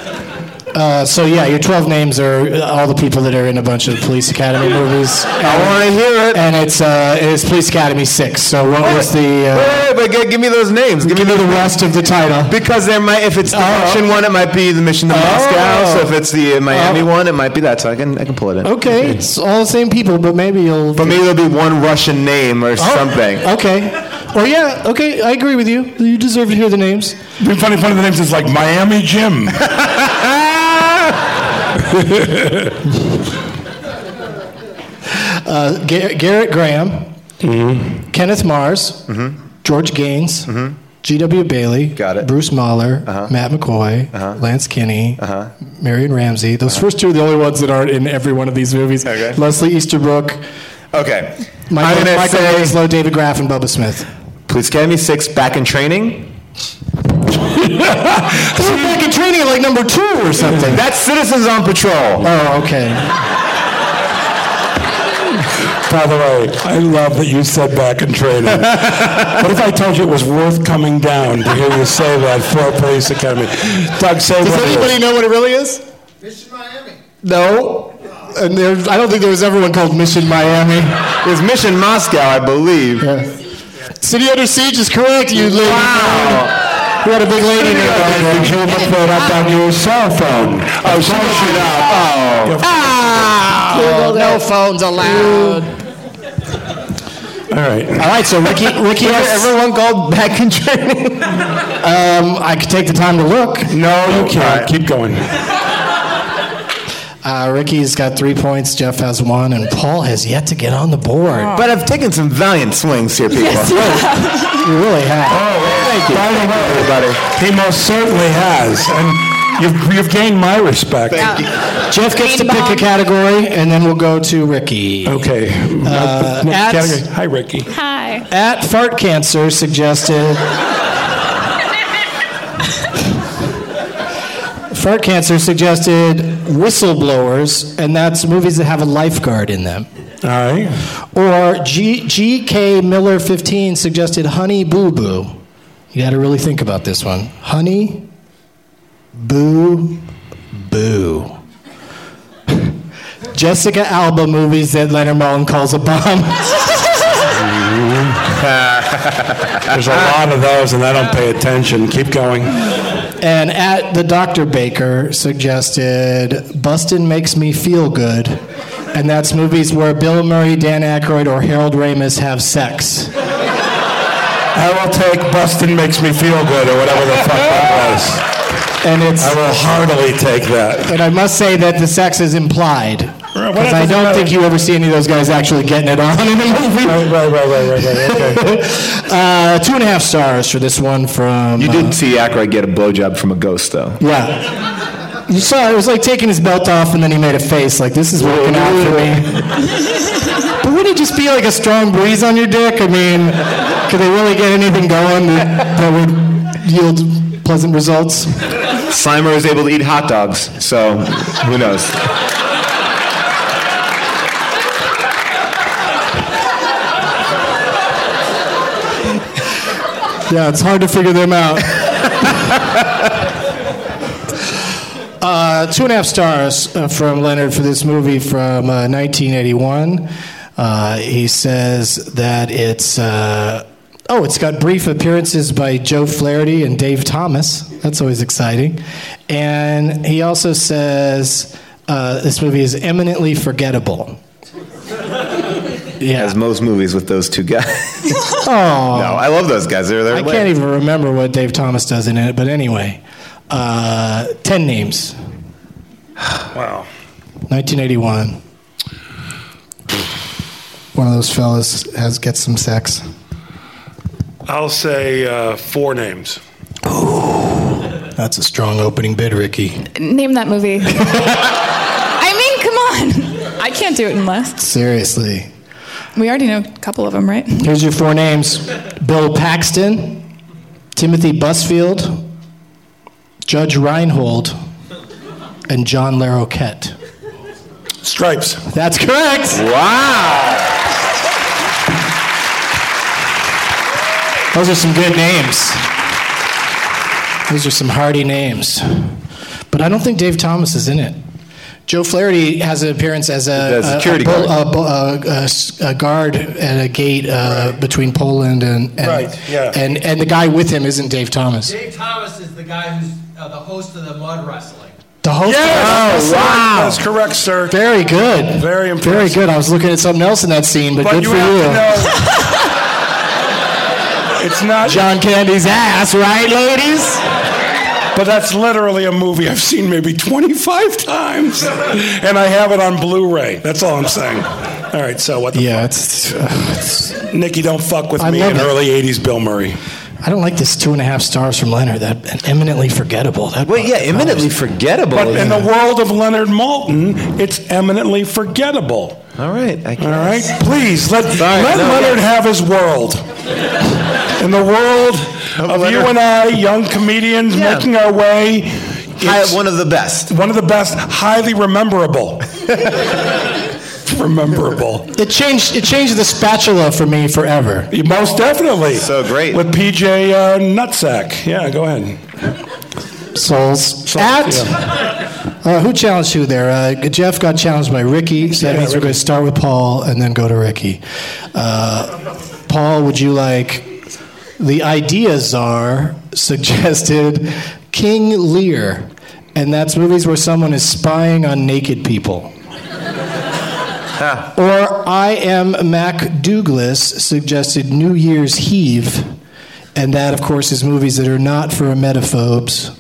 Uh, so yeah, your 12 names are uh, all the people that are in a bunch of Police Academy movies. I wanna hear it. And it's uh, it's Police Academy six. So what was the uh, Wait, wait, wait, but g- give me those names. Give me give me the the rest of the title? because there might if it's the Oh. mission one, it might be the mission to Moscow. So if it's the uh, Miami Oh. one, it might be that. So I can I can pull it in. Okay, it's all the same people, but maybe you'll. Oh. But maybe there'll be one Russian name or something. Okay. Or yeah, okay, I agree with you. You deserve to hear the names. The funny part of the names is like Miami Jim. Uh, Gar- Garrett Graham, Mm-hmm. Kenneth Mars, George Gaines, G.W. Bailey, Got it. Uh-huh. Bruce Mahler, Matt McCoy, Lance Kinney, Marion Ramsey. Those first two are the only ones that aren't in every one of these movies. Uh-huh. Okay. Leslie Easterbrook, Okay. Michael, I'm gonna Michael say- Winslow, David Graff, and Bubba Smith. Police Academy 6, Back in Training. This is back in training at like number two or something. That's Citizens on Patrol. Oh, okay. By the way, I love that you said back in training. what if I told you it was worth coming down to hear you say that for Police Academy? Doug, say Does what it is. anybody know what it really is? Mission Miami. No. And there, I don't think there was ever one called Mission Miami. It was Mission Moscow, I believe. City Under Siege is correct, you lady. Wow. We had a big lady in Did you there. look that up on your cell phone? Oh, she should Oh. Google, no phones allowed. All right. All right, so Ricky, Ricky, everyone called back in training. um, I could take the time to look. No, you all can't. right. Keep going. Uh, Ricky's got three points. Jeff has one, and Paul has yet to get on the board. But I've taken some valiant swings here, people. You really have. Thank you. By the way, everybody. He most certainly has. And you've, you've gained my respect. Thank you. Jeff gets to Green pick a bomb. category, and then we'll go to Ricky. Okay. Not the- at- category. Hi, Ricky. Hi. At fart cancer suggested. fart cancer suggested whistleblowers, and that's movies that have a lifeguard in them. All right. Or G- G.K. Miller 15 suggested Honey Boo Boo. You got to really think about this one. Honey Boo Boo. Jessica Alba movies that Leonard Mullen calls a bomb. There's a lot of those, and I don't pay attention. Keep going. and at the Dr. Baker suggested Bustin' Makes Me Feel Good. And that's movies where Bill Murray, Dan Aykroyd, or Harold Ramis have sex. I will take Bustin' Makes Me Feel Good, or whatever the fuck that was. And it's. I will heartily take that. And I must say that the sex is implied. Right, Because I doesn't don't matter. think you ever see any of those guys actually getting it on in a movie. Right, right, right, right, right, right. Okay. Uh, two and a half stars for this one from. You uh, did see Aykroyd get a blowjob from a ghost, though. yeah. You saw it was like taking his belt off and then he made a face like this is working out for me. but wouldn't it just be like a strong breeze on your dick? I mean, could they really get anything going that, that would yield pleasant results? Slimer was able to eat hot dogs, so who knows? Yeah, it's hard to figure them out. uh, two and a half stars uh, from Leonard for this movie from uh, 1981. Uh, he says that it's. Uh, Oh, it's got brief appearances by Joe Flaherty and Dave Thomas. That's always exciting. And he also says uh, this movie is eminently forgettable. Yeah. As most movies with those two guys. Oh. No, I love those guys. They're, they're I hilarious. can't even remember what Dave Thomas does in it, but anyway, uh, ten names, Wow. 1981. One of those fellas has gets some sex. I'll say uh, four names. That's a strong opening bid, Ricky. Name that movie. I mean, come on. I can't do it unless. Seriously. We already know a couple of them, right? Here's your four names: Bill Paxton, Timothy Busfield, Judge Reinhold, and John Larroquette. Stripes. That's correct. Wow. Those are some good names. Those are some hardy names. But I don't think Dave Thomas is in it. Joe Flaherty has an appearance as a, As a security bull- guard. a bull- a- a s- a guard at a gate uh, between Poland and and, Right, yeah. and and the guy with him isn't Dave Thomas. Dave Thomas is the guy who's uh, the host of the mud wrestling. The host. Yes! Oh, wow. That's correct, sir. Very good. Very Very impressive. good. I was looking at something else in that scene, but, But good you for have you. to know. It's not. John Candy's ass, right, ladies? But that's literally a movie I've seen maybe 25 times, and I have it on Blu-ray. That's all I'm saying. All right, so what? The Yeah, it's. it's Nikki, don't fuck with I me love in it. early 80s Bill Murray. I don't like this two and a half stars from Leonard. That eminently forgettable. That Well, yeah, eminently forgettable. But in the world of Leonard Malton, it's eminently forgettable. All right, I guess. All right, please let Sorry, let no, Leonard yes. have his world. In the world of, you Leonard. and I, young comedians Yeah. making our way, Hi, it's one of the best. one of the best, highly rememberable. rememberable. It changed. It changed the spatula for me forever. Most definitely. So great. With PJ uh, Nutsack. Yeah, go ahead. Souls. So- At yeah. uh, who challenged who there? Uh, Jeff got challenged by Ricky. So that Yeah, means we're Ricky. going to start with Paul and then go to Ricky. Uh, Paul, would you like the idea czar suggested King Lear, and that's movies where someone is spying on naked people. Or I am Mac Douglas suggested New Year's Heave, and that, of course, is movies that are not for emetophobes.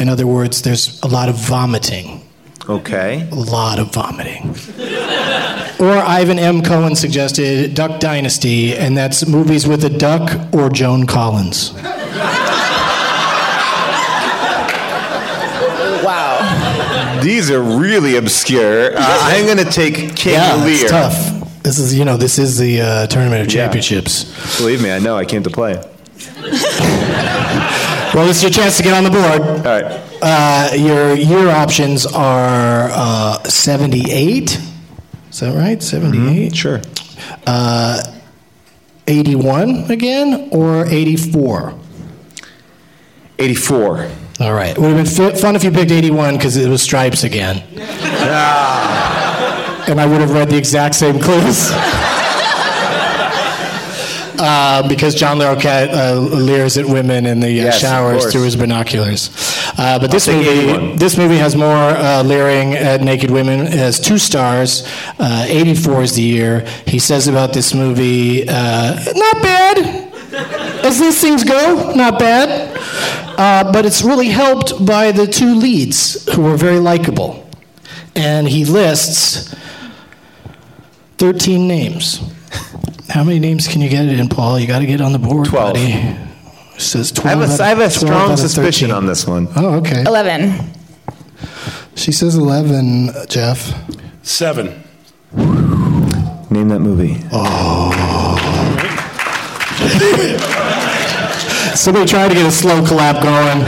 In other words, there's a lot of vomiting, Okay. a lot of vomiting. or Ivan M. Cohen suggested Duck Dynasty, and that's movies with a duck or Joan Collins. Wow. These are really obscure. Uh, I'm going to take King Lear. it's tough. This is, you know, this is the uh, tournament of championships. Believe me, I know. I came to play. All Well, it's your chance to get on the board. right. Uh, your year options are uh, 78. Is that right? 78? Sure. Uh, 81 again, or 84? 84. All right. Would have been fi- fun if you picked 81 because it was stripes again. and I would have read the exact same clues. Uh, because John Larroquette uh, leers at women in the uh, Yes, of showers course. through his binoculars. Uh, but this take movie, 81. this movie has more uh, leering at naked women. It has two stars. Uh, 84 is the year. He says about this movie, uh, not bad. As these things go, not bad. Uh, but it's really helped by the two leads who are very likable. And he lists 13 names. How many names can you get it in, Paul? You got to get on the board. Twelve. buddy. It says 12. I have out a, of- I have a 12 strong out of suspicion 13. on this one. Oh, okay. 11. She says 11, uh, Jeff. Seven. Name that movie. Oh. Somebody tried to get a slow collab going.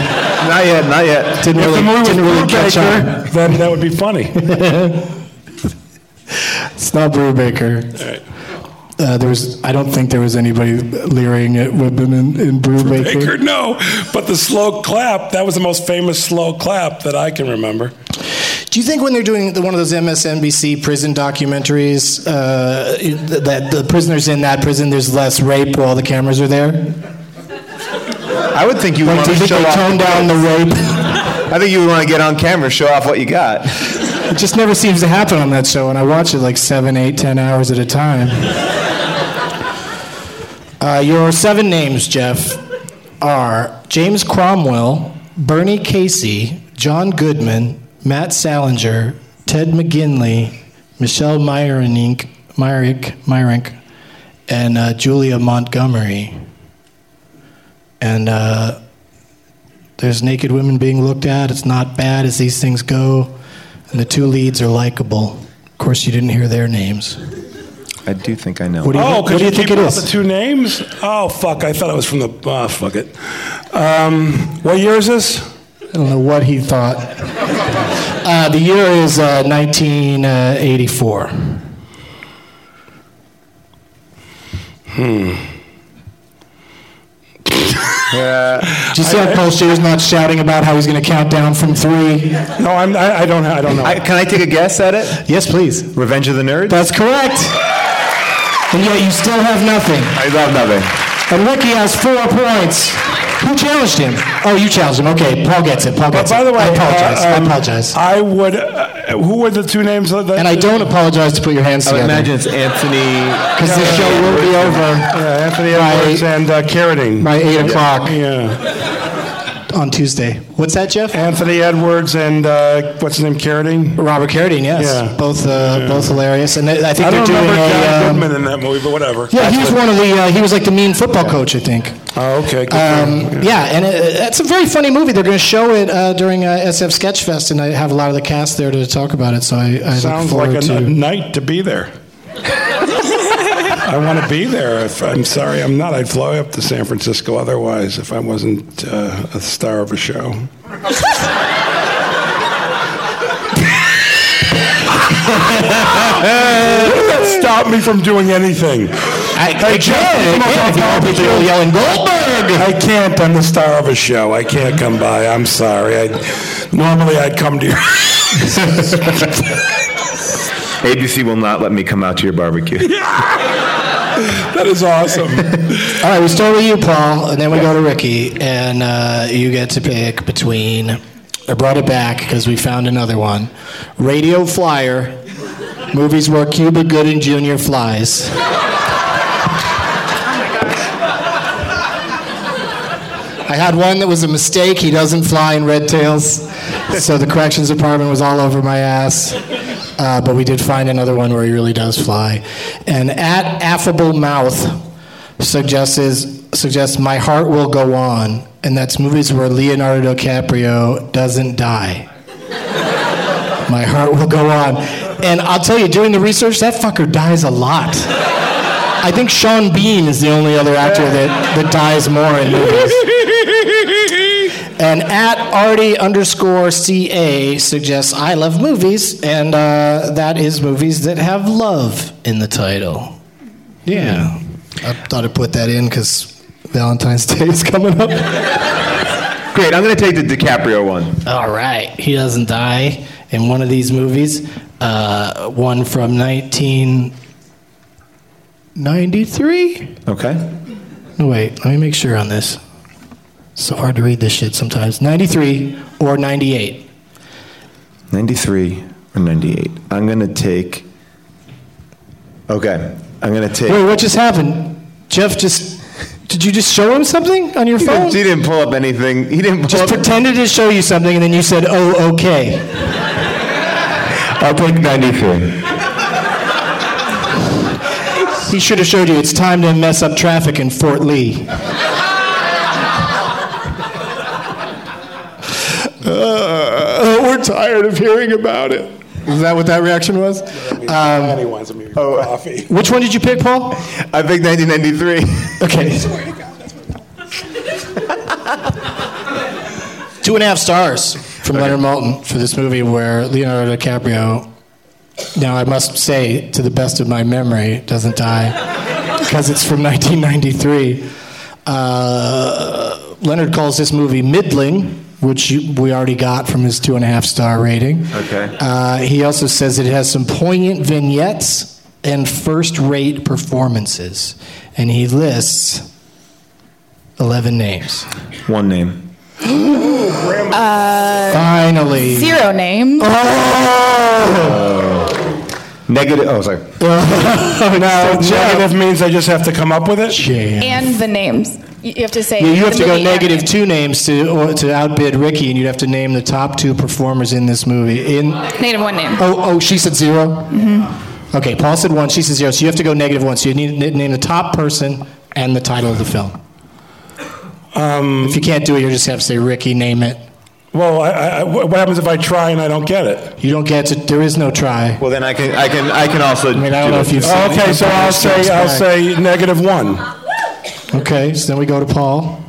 Not yet, not yet. Didn't If really, the movie was didn't really catch on. Brubaker, then that would be funny. It's not Brubaker. Uh, there was, I don't think there was anybody leering at women in, in Baker, no. But the slow clap, that was the most famous slow clap that I can remember. Do you think when they're doing the, one of those MSNBC prison documentaries, uh, th- that the prisoners in that prison, there's less rape while the cameras are there? I would think you would Like, want do to you think show they off. tone down the rape? I think you would want to get on camera, show off what you got. It just never seems to happen on that show, and I watch it like seven, eight, ten hours at a time. Uh, your seven names, Jeff, are James Cromwell, Bernie Casey, John Goodman, Matt Salinger, Ted McGinley, Michelle Meyerink, Meyerink, Meyerink and uh, Julia Montgomery. And uh, there's naked women being looked at. It's not bad as these things go. And the two leads are likable. Of course, you didn't hear their names. I do think I know. What do you, Oh, what could do you you, think keep it out the is? two names? Oh, fuck. I thought it was from the. Ah, fuck it. Um, what year is this? I don't know what he thought. Uh, the year is uh, 1984. Yeah. Did you see how Paul Shear's not shouting about how he's going to count down from three? No, I'm, I, I don't. I don't know. I, can I take a guess at it? Yes, please. Revenge of the Nerds? That's correct. And yet you still have nothing. I love nothing. And Ricky has four points. Who challenged him? Oh, you challenged him. Okay, Paul gets it. Paul But gets by it. the way, I apologize. uh, um, I apologize. I would. Uh, who were the two names? That, and I don't apologize to put your hands I would together. imagine it's Anthony. Because this show will be over Yeah, uh, Anthony By- Edwards and uh, Carradine. by 8 o'clock Yeah, on Tuesday. What's that, Jeff? Anthony Edwards and uh, what's his name, Carradine. Robert Carradine, yes. Yeah. Both, uh, both hilarious. And I think I they're don't doing remember John a. um, Goodman in that movie, but whatever. yeah, he was one of the. Uh, he was like the mean football coach, I think. Oh, okay. Good Um, for him. yeah, and it, it's a very funny movie. They're going to show it uh, during uh, SF Sketchfest, and I have a lot of the cast there to talk about it. So I, I look Sounds forward like a, to. a night to be there. I want to be there. If I'm sorry, I'm not. I'd fly up to San Francisco otherwise if I wasn't uh, a star of a show. Stop me from doing anything. I, I Hey, Jeff, can't. I come can't. on, If you want people Bobby, to yell and Goldberg. I can't. I'm the star of a show. I can't come by. I'm sorry. I, normally, I'd come to your. ABC will not let me come out to your barbecue. that is awesome. All right, we start with you, Paul, and then we go to Ricky, and uh, you get to pick between. I brought it back because we found another one. Radio Flyer, movies where Cuba Gooding Jr. flies. I had one that was a mistake. He doesn't fly in Red Tails. So the corrections department was all over my ass. Uh, but we did find another one where he really does fly. And at Affable Mouth suggests, is, suggests My Heart Will Go On. And that's movies where Leonardo DiCaprio doesn't die. My heart will go on. And I'll tell you, doing the research, that fucker dies a lot. I think Sean Bean is the only other actor that, that dies more in movies. And at Artie underscore CA suggests I love movies, and uh, that is movies that have love in the title. Yeah. I thought I'd put that in because Valentine's Day is coming up. Great. I'm going to take the DiCaprio one. All right. He doesn't die in one of these movies. Uh, one from 1993? Okay. No, Oh, wait. Let me make sure on this. So hard to read this shit sometimes. 93 or 98. 93 or 98. I'm going to take. Okay. I'm going to take. Wait, what just happened? Jeff just. Did you just show him something on your he, phone? didn't, he didn't pull up anything. He didn't pull just up. pretended to show you something and then you said, oh, okay. I'll take 93. He should have showed you it's time to mess up traffic in Fort Lee. Uh, we're tired of hearing about it. Is that what that reaction was? Um, Annie wants me to Um, oh, coffee. Which one did you pick, Paul? I picked 1993. Okay. Two and a half stars from Leonard Maltin for this movie where Leonardo DiCaprio, now I must say, to the best of my memory, doesn't die because it's from 1993. Uh, Leonard calls this movie middling, which you, we already got from his two and a half star rating. Okay. Uh, he also says it has some poignant vignettes and first rate performances. And he lists 11 names. one name. Finally. Zero names. Negative. Oh, sorry. Oh, no, Negative means I just have to come up with it. Jam. And the names. You you have to say. Yeah, you the have to go movie and negative name. two names to or to outbid Ricky, and you'd have to name the top two performers in this movie. In oh Negative one name. oh, she said 0 Mm-hmm. Okay, Paul said one, she said zero. So you have to go negative one. So you need to name the top person and the title of the film. Um, If you can't do it, you just have to say Ricky, name it. well, I, I, what happens if I try and I don't get it? You don't get to. There is no try. Well, then I can, I can, I can also. I mean, I don't know if you've seen Okay, so I'll say I'll say negative one. Okay, so then we go to Paul.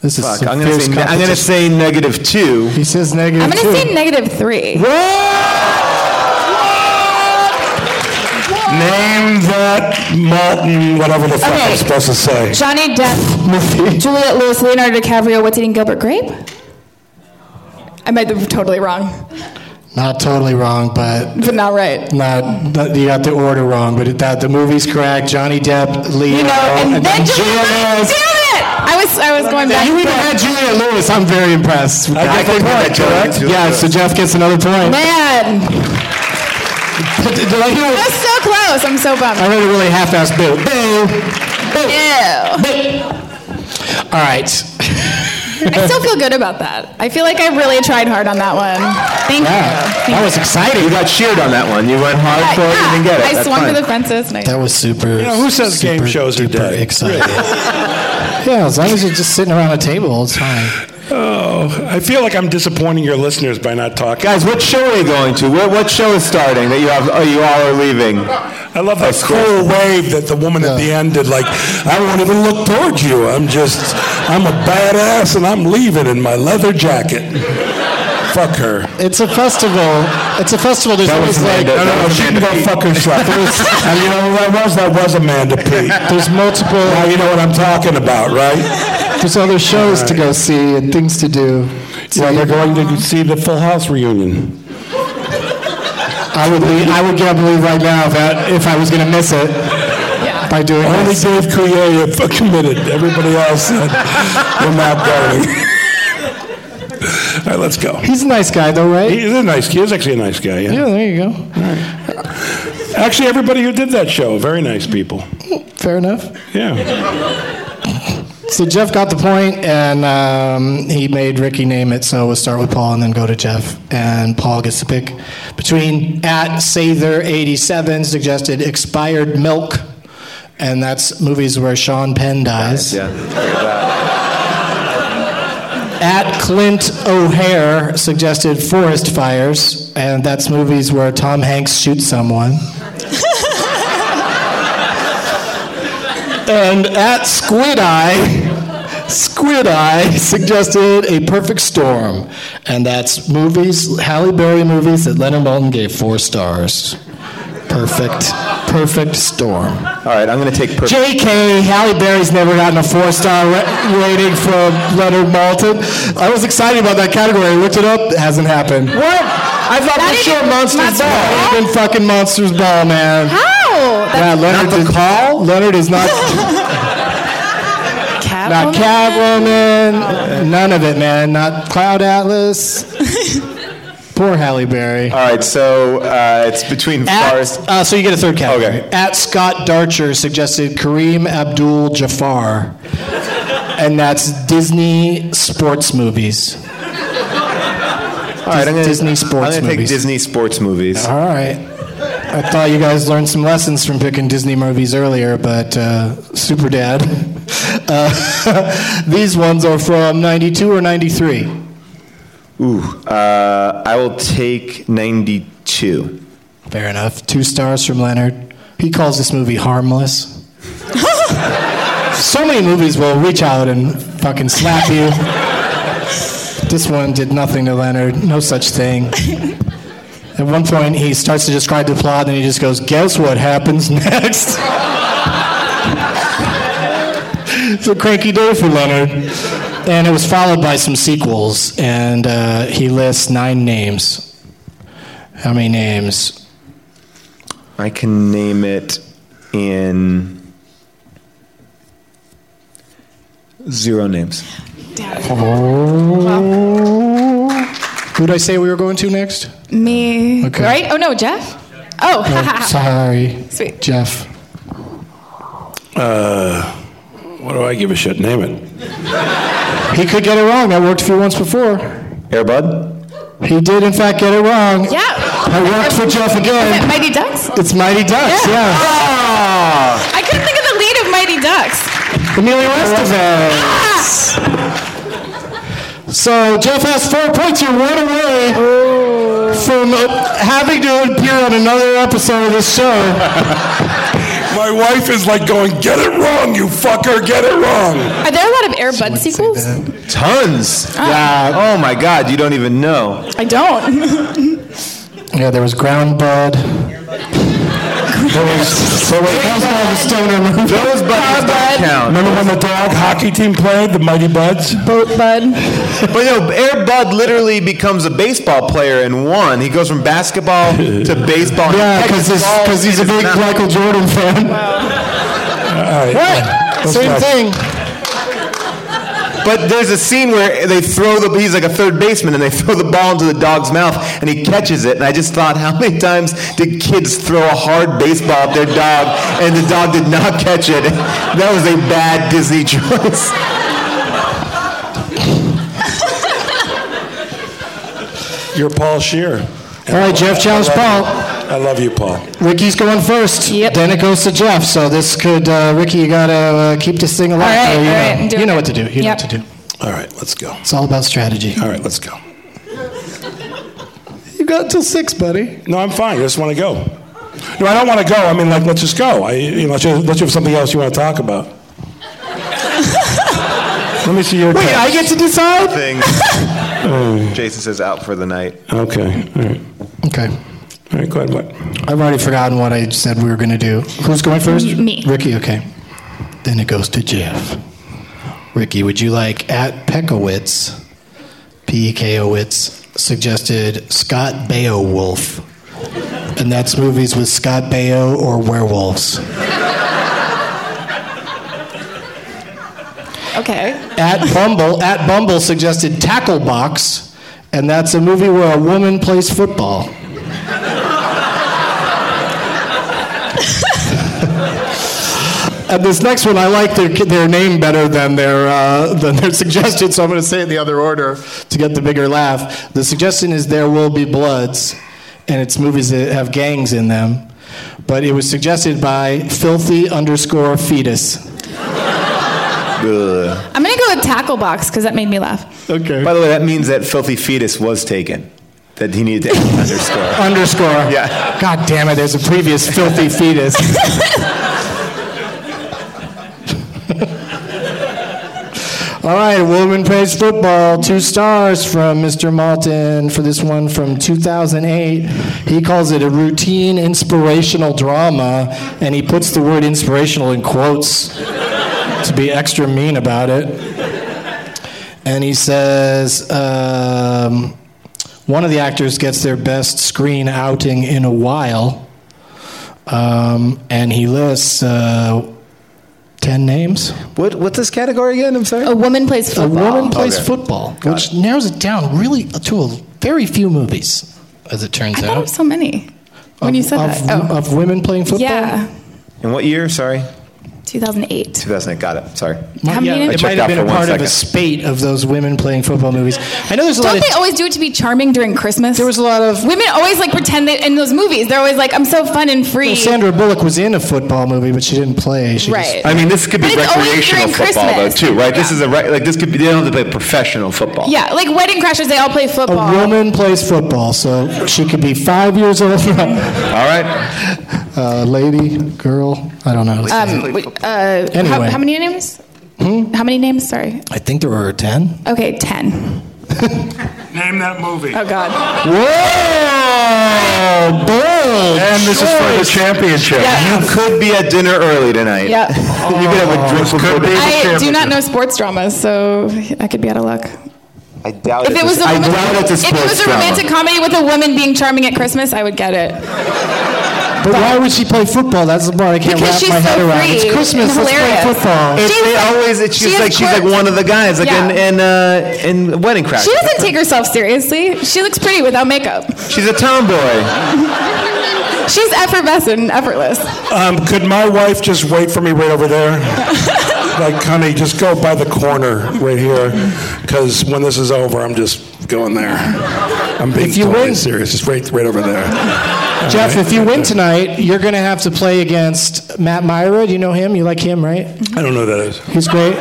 This is Fuck, some I'm gonna fierce say. ne- I'm gonna competition. say negative two. He says negative I'm going to two. say negative three. Name that Martin, whatever the fuck Okay. I'm supposed to say. Johnny Depp, Movie. Juliette Lewis, Leonardo DiCaprio, what's eating Gilbert Grape? I might be totally wrong, Not totally wrong, but but not right. not, not- you got the order wrong. But it, that the movie's correct. Johnny Depp, Leo, You know, and, then Gio Juliette Lewis. Lewis. Damn it! I was I was going back. You even had Julia Lewis. I'm very impressed. with I that. get the think we point, got Julia- correct? Julia Yeah, Lewis. so Jeff gets another point. Man, Did I hear that was so close. I'm so I bummed. heard a really half-assed boo. Oh. Ew. Boo. All right. I still feel good about that. I feel like I really tried hard on that one. Thank Yeah, you. that was exciting. You got cheered on that one. You went hard Yeah, for it. You didn't get it. I That's swung fine. for the fences. Nice. That was super. You know, who says game super shows are duper dead? Exciting. yeah, as long as you're just sitting around a table, it's fine. Oh, I feel like I'm disappointing your listeners by not talking. Guys, what show are you going to? What, what show is starting that you have? Oh, you all are leaving. I love that That's cool wave that the woman at the end did. Like, I won't even look towards you. I'm just, I'm a badass, and I'm leaving in my leather jacket. Fuck her. It's a festival. It's a festival. There's That always was like Amanda. No, no, no, she can go fuck herself. and you know what that was? That was Amanda P. there's multiple. Now you know what I'm talking about, right? There's other shows to go see and things to do. Well, they're going to see the Full House reunion. I would leave, I would get up and leave right now if I, if I was going to miss it by doing Only this. Dave Coulier committed. Everybody else said, we're not going. All right, let's go. He's a nice guy though, right? He's a nice. He is actually a nice guy. Yeah. Yeah, Oh, there you go. Actually, everybody who did that show, very nice people. Fair enough. Yeah. So Jeff got the point, and um, he made Ricky name it. So we'll start with Paul, and then go to Jeff, and Paul gets to pick between at Sather eighty seven suggested expired milk, and that's movies where Sean Penn dies. At Clint O'Hare suggested forest fires, and that's movies where Tom Hanks shoots someone. and at Squid Eye, Squid Eye suggested a perfect storm, and that's movies, Halle Berry movies that Leonard Maltin gave four stars. Perfect, perfect storm. All right, I'm going to take perfect. J.K. Halle Berry's never gotten a four-star ra- rating from Leonard Maltin. I was excited about that category. I looked it up. It hasn't happened. What? I thought That for is- sure Monsters Monsters Ball. Ball? Even fucking Monsters Ball, man. How? Yeah, That's Leonard Not the did- call? Leonard is not not Catwoman. None of it, man. Not Cloud Atlas. Poor Halle Berry. All right, so uh, it's between At, Forest. uh, so you get a third category. Okay. At Scott Darcher suggested Kareem Abdul Jafar, and that's Disney sports movies. All right, I'm gonna, Disney sports I'm going to take movies. Disney sports Uh-huh. movies. All right. I thought you guys learned some lessons from picking Disney movies earlier, but uh, Super Dad. Uh, these ones are from 92 or 93. Ooh, uh, I will take 92. Fair enough. Two stars from Leonard. He calls this movie harmless. so many movies will reach out and fucking slap you. this one did nothing to Leonard. No such thing. At one point, he starts to describe the plot, and he just goes, "Guess what happens next." it's a cranky day for Leonard. And it was followed by some sequels, and uh, he lists nine names. How many names? I can name it in zero names. Who did I say we were going to next? Me. Okay. Right? Oh no, Jeff. Oh. Oh, sorry. Sweet. Jeff. Uh, what do I give a shit? Name it. He could get it wrong. That worked for you once before. Airbud? He did, in fact, get it wrong. Yeah. I worked for Jeff Is it again. Mighty Ducks? It's Mighty Ducks, Yeah. yeah. Ah! I couldn't think of the lead of Mighty Ducks. Emilio Estevez. Ah! So Jeff has four points. You're one away from uh, having to appear on another episode of this show. My wife is like going, get it wrong, you fucker, get it wrong. Are there a lot of Air Bud sequels? Tons! Yeah. Oh my god, you don't even know. I don't. Yeah, there was Ground Bud. There was, so wait, that was all the stoner movie. Those buttons don't count. Remember when the dog hockey team played, the Mighty Buds? Boat Bud. But no, Air Bud literally becomes a baseball player in one. He goes from basketball to baseball. Yeah, He catches balls because he's a in big his mouth. Michael Jordan fan. All right. What? Let's Same go. thing. But there's a scene where they throw the he's like a third baseman and they throw the ball into the dog's mouth and he catches it and I just thought how many times did kids throw a hard baseball at their dog and the dog did not catch it. That was a bad Disney choice. You're Paul Shear. All right, Jeff Challenge Paul. I love you, Paul. Ricky's going first. Yep. Then it goes to Jeff. So this could, uh, Ricky, you gotta uh, keep this thing alive. All So right, you all know, right, I'm doing you know it. what to do. You Yep. know what to do. All right, let's go. It's all about strategy. All right, let's go. You got till six, buddy. No, I'm fine. I just want to go. No, I don't want to go. I mean, like, let's just go. I, you know, let's you, let you have something else you want to talk about. Let me see your. Wait, text. I get to decide. Thing. Jason says out for the night. Okay. All right. Okay. All right. Go ahead. What? I've already forgotten what I said we were gonna do. Who's going first? me. Ricky. Okay. Then it goes to Jeff. Ricky, would you like at Pekowitz, P E K O Witz, suggested Scott Beowulf, and that's movies with Scott Baio or werewolves. Okay. at Bumble at Bumble suggested Tackle Box, and that's a movie where a woman plays football. and this next one, I like their their name better than their uh, than their suggestion, so I'm going to say it in the other order to get the bigger laugh. The suggestion is There Will Be Bloods, and it's movies that have gangs in them. But it was suggested by filthy underscore fetus. Ugh. I'm gonna go with tackle box because that made me laugh. Okay. By the way, that means that filthy fetus was taken. That he needed to underscore. underscore. Yeah. God damn it, there's a previous filthy fetus. All right, Woman Plays Football, two stars from Mr. Malton for this one from 2008. He calls it a routine inspirational drama, and he puts the word inspirational in quotes to be extra mean about it and he says um, one of the actors gets their best screen outing in a while, um, and he lists uh, ten names. What, what's this category again? I'm sorry. A woman plays A football. woman plays Okay. football, which narrows it down really to a very few movies, as it turns I thought out. of so many when you said of, that. Oh. of women playing football. yeah, In what year? Sorry. 2008. 2008. Got it. Sorry. Might- How many yeah, I it checked might have out been for a one part of a second. spate of those women playing football movies. I know there's a lot Don't of they always do it to be charming during Christmas? there was a lot of Women always like pretend that in those movies they're always like, "I'm so fun and free." Well, Sandra Bullock was in a football movie, but she didn't play. She just- right. I mean, this could be But it's always recreational during football, though, Christmas. too, right? This Yeah. is a re- like this could be. They don't have to play professional football. yeah, like wedding crashers, they all play a football. woman plays football, so she could be five years old, All right. uh, lady, girl. I don't know. Um, wait, uh, Anyway. how, how many names? How many names? Sorry. I think there were ten. Okay, ten. Name that movie. Oh God. Whoa! Bold. And this is for the championship. You could be at dinner early tonight. Yeah. Oh, you could have a drink before could be. I dinner. do not know sports dramas, so I could be out of luck. I doubt If it was a I romantic, doubt it's a if sports it was a drama. romantic comedy with a woman being charming at Christmas, I would get it. But why would she play football? That's the part I can't Because wrap my she's head so around. free It's Christmas. and Let's play hilarious. football. It's, She's they like- always. It's, she she's has like she's like quirks. one of the guys, like Yeah. in in, uh, in Wedding Crash. She doesn't take herself seriously. She looks pretty without makeup. She's a tomboy. She's effervescent and effortless. Um, could my wife just wait for me right over there? like, honey, just go by the corner right here, because when this is over, I'm just going there. I'm being If you totally win- serious. Just wait right over there. Jeff, if you win tonight, you're going to have to play against Matt Myra. Do you know him? You like him, right? Mm-hmm. I don't know who that is. He's great.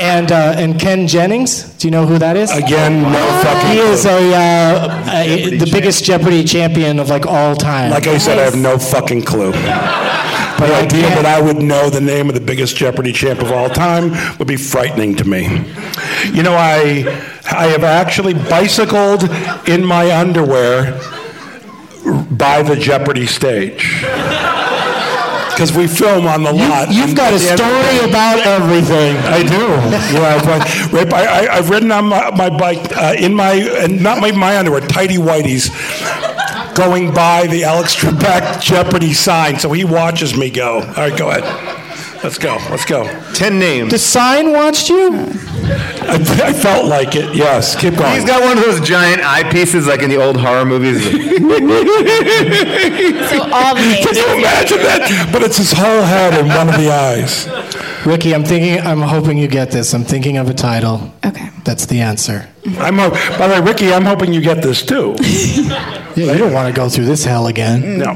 And uh, and Ken Jennings. Do you know who that is? Again, no fucking. He is clue. a, uh, a the biggest Jeopardy champion of like all time. Like I said, I have no fucking clue. But the idea that I would know the name of the biggest Jeopardy champ of all time would be frightening to me. You know, I I have actually bicycled in my underwear by the Jeopardy stage. Because we film on the lot. you, have and- got a and- story about everything. I do. Yeah, I've, run- right, I, I, I've ridden on my, my bike uh, in my, and not my, my underwear, tidy whities, going by the Alex Trebek Jeopardy sign. So he watches me go. All right, go ahead. Let's go. Let's go. Ten names. The sign watched you? I, I felt like it. Yes. Keep going. He's got one of those giant eyepieces like in the old horror movies. So all the names. Can you imagine that? But it's his whole head and one of the eyes. Ricky, I'm thinking, I'm hoping you get this. I'm thinking of a title. Okay. That's the answer. I'm ho- by the way, Ricky, I'm hoping you get this too. Yeah, you don't want to go through this hell again. No.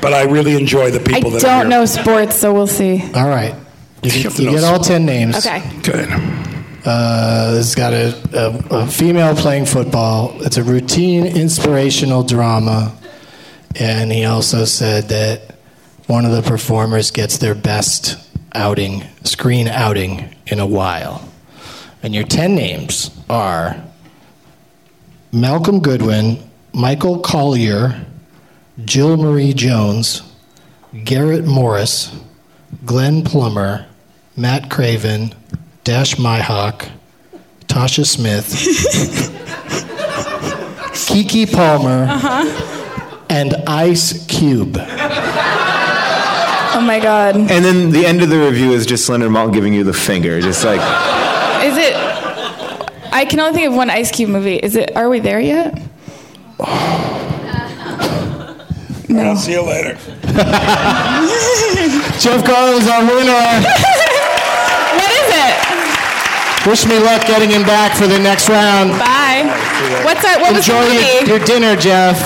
But I really enjoy the I people that don't know are sports, so we'll see. All right. You You get, have to you know get all 10 names. Okay. here. Good. Uh, it's got a, a, a female playing football. It's a routine inspirational drama. And he also said that one of the performers gets their best outing, screen outing, in a while. And your 10 names are Malcolm Goodwin, Michael Collier, Jill Marie Jones, Garrett Morris, Glenn Plummer, Matt Craven, Dash Myhawk, Tasha Smith, Kiki Palmer, and Ice Cube. Oh my God. and then the end of the review is just Leonard Maltin giving you the finger, just like Is it? I can only think of one Ice Cube movie. Is it? Are we there yet? No. See you later. Jeff Garland's our winner. What is it? Wish me luck getting him back for the next round. Bye. What's that? What was the Enjoy your, movie? your dinner, Jeff.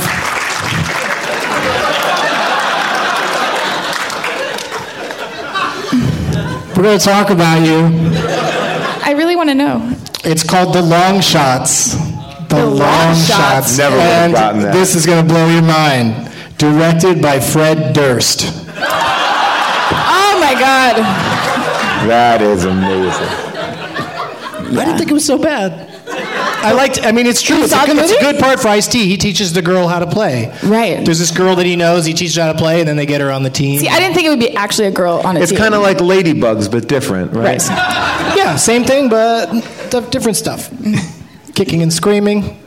We're going to talk about you. I really want to know. It's called the long shots. The, long, shots. Never would've and gotten that. This is gonna blow your mind. Directed by Fred Durst. Oh my God. that is amazing. I didn't think it was so bad. I liked. I mean, it's true. It's, saw a, the good- it's a movie? good part for Ice T. He teaches the girl how to play. Right. There's this girl that he knows. He teaches her how to play, and then they get her on the team. See, I didn't think it would be actually a girl on a It's team. kind of like ladybugs, but different, right? Right. yeah, same thing, but d- different stuff. Kicking and screaming.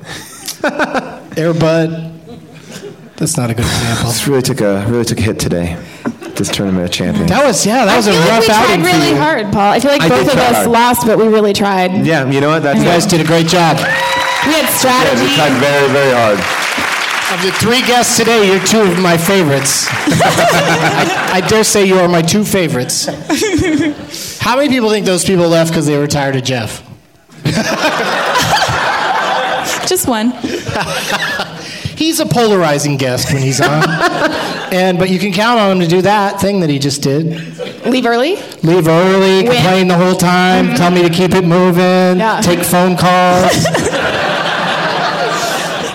Airbud. That's not a good example. This really took a really took a hit today. This tournament of champions. That was yeah. That was a I feel like rough we tried outing for really you. hard, Paul. I feel like I both did of try us hard. lost, but we really tried. Yeah, you know what? That's You guys did a great job. We had Yeah, we strategy. tried very, very hard. Of the three guests today, you're two of my favorites. I, I dare say you are my two favorites. How many people think those people left because they were tired of Jeff? Just one. He's a polarizing guest when he's on, and but you can count on him to do that thing that he just did: Leave early. leave early, complain the whole time, tell me to keep it moving, Mm-hmm. Yeah. take phone calls.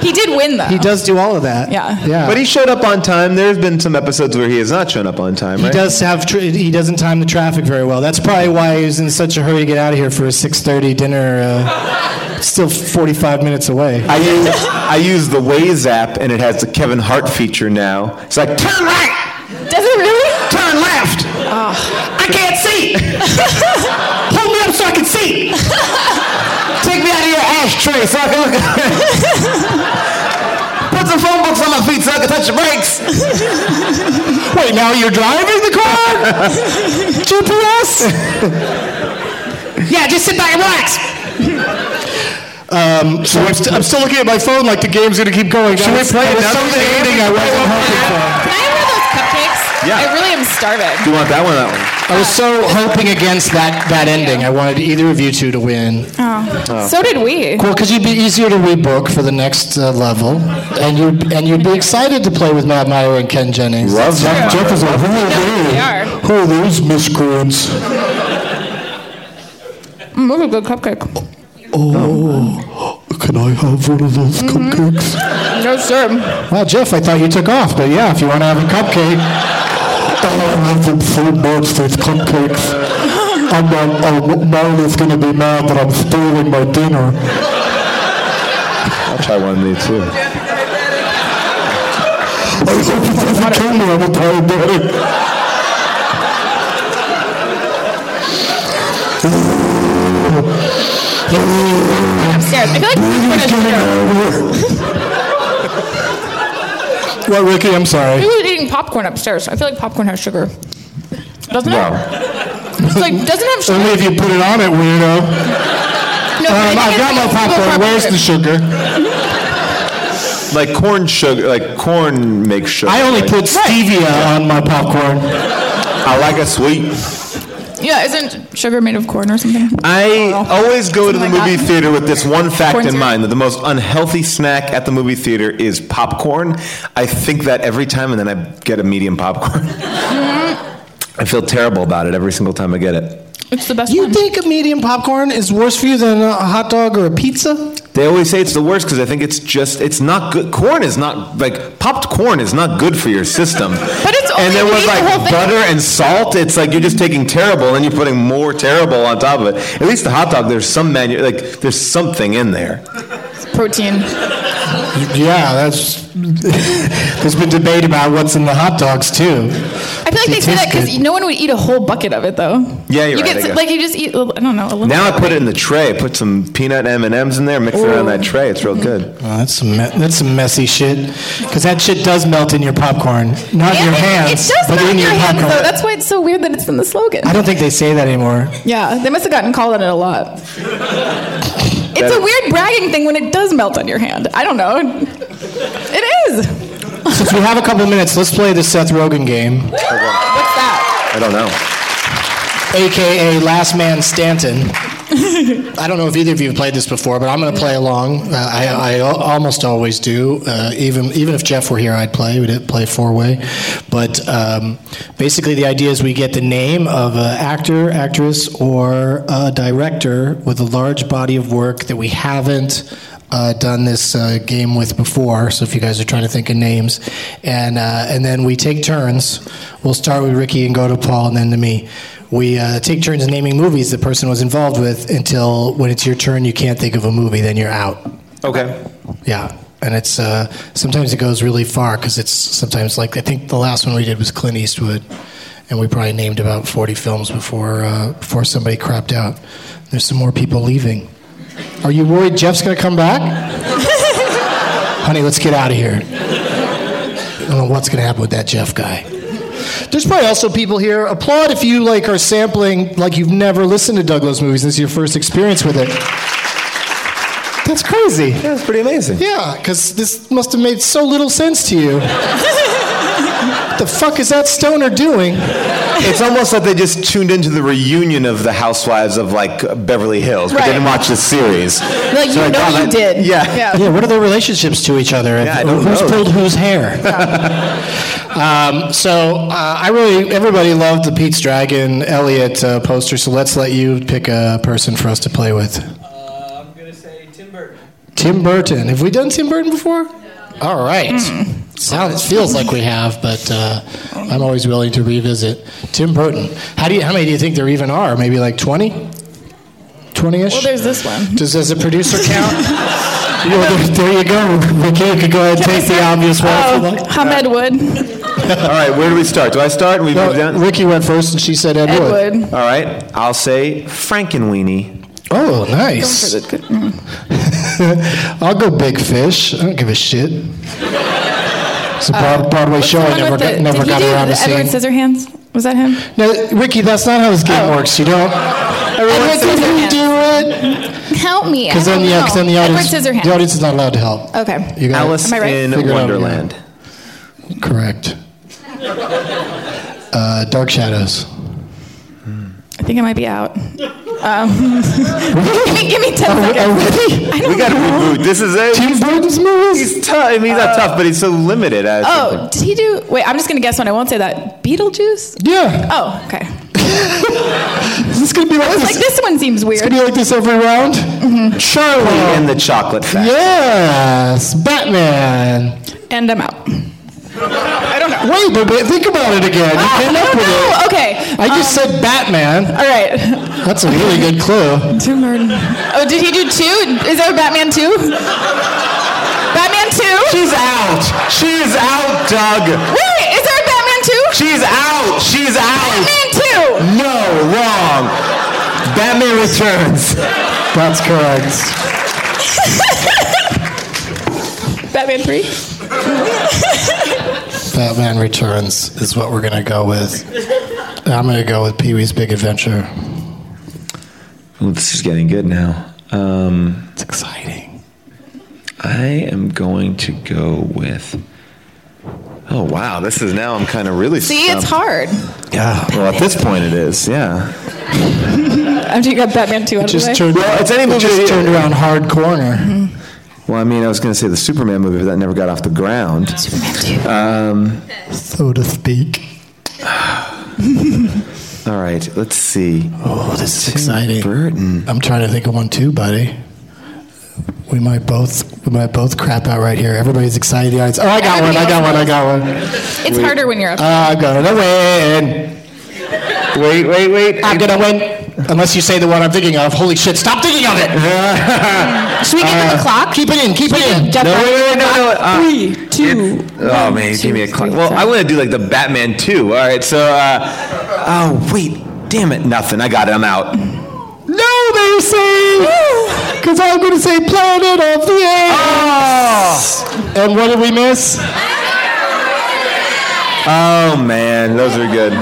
He did win though. he does do all of that. Yeah. yeah. But he showed up on time. There's been some episodes where he has not shown up on time, He right? does have. Tr- he doesn't time the traffic very well. That's probably why he's in such a hurry to get out of here for his 6:30 dinner. Uh, still 45 minutes away. I use I use the Waze app and it has the Kevin Hart feature now. It's like turn right, Does it really? turn left. I can't see. Hold me up so I can see. Take me out of your ashtray so I can look. Put some phone books on my feet so I can touch the brakes. Wait, now you're driving the car? GPS? yeah, just sit back and relax. Um, so I'm, st- I'm still looking at my phone like the game's gonna keep going. Should we play another game? I wasn't hoping Can I have one of those cupcakes? Yeah. I really am starving. You want that one? That one. for. I was so hoping against that, that ending. I wanted either of you two to win. Oh. So did we. Well, because you'd be easier to rebook for the next uh, level, and you and you'd be excited to play with Matt Meyer and Ken Jennings. Love that. Jeff is like, who are They they? are. Who are those miscreants? Mm, Those are good cupcake. Oh, can I have one of those Mm-hmm. cupcakes? No sir. Well, Jeff, I thought you took off, but yeah, if you want to have a cupcake, Oh, I have them so much, those cupcakes. um, oh, I'm, I'm, I'm, Marilyn's going to be mad that I'm spoiling my dinner. I'll try one of these too. I hope it doesn't kill me. I'm a diabetic. Upstairs. I feel like we should have well, Ricky, I'm sorry. We were eating popcorn upstairs. I feel like popcorn has sugar. Doesn't it? Wow. It's like doesn't have sugar. Only if you put it on it, weirdo. No, but I Um, think I've it's got vegetable my popcorn. Where's the popcorn. sugar? Like corn sugar, like corn makes sugar. I only right? put stevia on my popcorn. I like a sweet. Yeah, isn't sugar made of corn or something? Oh. I always go to the Something like movie that. theater with this one fact Corn in syrup. mind that the most unhealthy snack at the movie theater is popcorn. I think that every time, and then I get a medium popcorn. Mm-hmm. I feel terrible about it every single time I get it. It's the best You one. think a medium popcorn is worse for you than a hot dog or a pizza? They always say it's the worst because I think it's just it's not good. Corn is not like popped corn is not good for your system. But it's and only- there you was eat the like whole thing. butter and salt. It's like you're just taking terrible and you're putting more terrible on top of it. At least the hot dog, there's some manu- like there's something in there. Protein. Yeah, that's. there's been debate about what's in the hot dogs too. I feel like they say that because no one would eat a whole bucket of it, though. Yeah, you're you right, I Get, guess. like you just eat, a little- I don't know, a little. Now I put it in the tray. Put some peanut M and M's in there. Mix it around that tray. It's real good. Oh, that's some me- that's some messy shit. Because that shit does melt in your popcorn, not in your Yeah, it- hands, It does but melt in in your hands, popcorn. though. That's why it's so weird that it's in the slogan. I don't think they say that anymore. Yeah, they must have gotten called on it a lot. It's a weird bragging thing when it does melt on your hand. I don't know. It is. Since we have a couple minutes, let's play the Seth Rogen game, What's that? I don't know. aka Last Man Stanton. I don't know if either of you have played this before, but I'm going to play along. Uh, I, I al- almost always do. Uh, even even if Jeff were here, I'd play. We didn't play four way, but um, basically the idea is we get the name of an actor, actress, or a director with a large body of work that we haven't uh, done this uh, game with before. So if you guys are trying to think of names, and uh, and then we take turns. We'll start with Ricky and go to Paul, and then to me. We uh, take turns naming movies the person was involved with until when it's your turn, you can't think of a movie, then you're out. Okay. Yeah. And it's uh, sometimes it goes really far because it's sometimes like I think the last one we did was Clint Eastwood, and we probably named about 40 films before uh, before somebody crapped out. There's some more people leaving. Are you worried Jeff's gonna come back? Honey, let's get out of here. I don't know what's gonna happen with that Jeff guy. There's probably also people here. Applaud if you like are sampling like you've never listened to Douglas movies. This is your first experience with it. That's crazy. That's pretty amazing. Yeah, because this must have made so little sense to you. the fuck is that stoner doing? It's almost like they just tuned into the reunion of the Housewives of like Beverly Hills, but Right. they didn't watch the series. Like you So I know thought you that- did. Yeah. Yeah, what are their relationships to each other? Yeah, I don't Who's know. pulled whose hair? um, so uh, I really, everybody loved the Pete's Dragon Elliot uh, poster. So let's let you pick a person for us to play with. Uh, I'm gonna say Tim Burton. Tim Burton. Have we done Tim Burton before? All right. Mm. Sounds feels like we have, but uh, I'm always willing to revisit Tim Burton. How do you? How many do you think there even are? Maybe like 20, 20 ish. Well, there's this one. Does does a producer count? You know, there, there you go. Ricky could go ahead and take the obvious one. if you'd Oh, like. Hamed Wood. All right. Where do we start? Do I start? and We move No, down. Ricky went first, and she said Ed, Ed Wood. Wood. All right. I'll say Frankenweenie. Oh, nice. I'll go Big Fish. I don't give a shit. It's a Broad- Broadway show I never got, never did got he do around to the Edward seeing. Scissorhands? Was that him? No, Ricky, that's not how this game works. You don't. Everyone says can yes. do it. Help me. Because then, yeah, 'cause then the audience, Edward Scissorhands. the audience is not allowed to help. Okay. You got Alice Am I right? in Figure it out, yeah. Wonderland. it. correct. Uh, Dark Shadows. I think I might be out. Um, give, me, give me 10 seconds. Already? We got to reboot. This is it. Tim Burton's movies. He's tough. I mean, he's Uh, not tough, but he's so limited. At Oh, did he do? Wait, I'm just going to guess one. I won't say that. Beetlejuice? Yeah. Oh, okay. Is this gonna be like this? Like this one seems It's weird. gonna be like this every round. Charlie. and the chocolate factory. Yes, Batman. And I'm out. I don't know. Wait, but but think about it again. You Ah, came I up don't with know. it. Okay. I just said Batman. All right. That's a really good clue. Tim Burton. Oh, did he do two? Is there a Batman two? Batman two? She's out. She's out, Doug. Wait, is there a Batman two? She's out. She's out. Batman two. No, wrong. Batman Returns. That's correct. Batman three. Batman Returns is what we're gonna go with. I'm gonna go with Pee Wee's Big Adventure. Ooh, this is getting good now. Um, It's exciting. I am going to go with. Oh wow, this is now I'm kind of really. See, it's stumped. hard. Yeah. Well, at this point, it is. Yeah. After you got Batman 2 out of the way. Just turned, Well, it's any movie. just turned around hard corner. Well, I mean, I was going to say the Superman movie, but that never got off the ground. Uh, So to speak. All right, let's see. Oh, this is exciting. Burton. I'm trying to think of one too, buddy. We might both we might both crap out right here. Everybody's excited. The audience. Oh, I got one. I got one. I got one. it's harder when you're up. I'm gonna win. Wait, wait, wait. I'm gonna win. Unless you say the one I'm thinking of. Holy shit! Stop thinking of it. Should we get them a clock? Keep it in. Keep it in. Jeff, No, wait, wait, wait, no, no. Uh, Three, two, it- oh one, man, two, give me a clock. three, Well, four. I want to do like the Batman 2. All right, so. Uh, oh wait, damn it, nothing. I got it. I'm out. No, they say. Because I'm gonna say Planet of the Apes. And what did we miss? Oh man, those are good.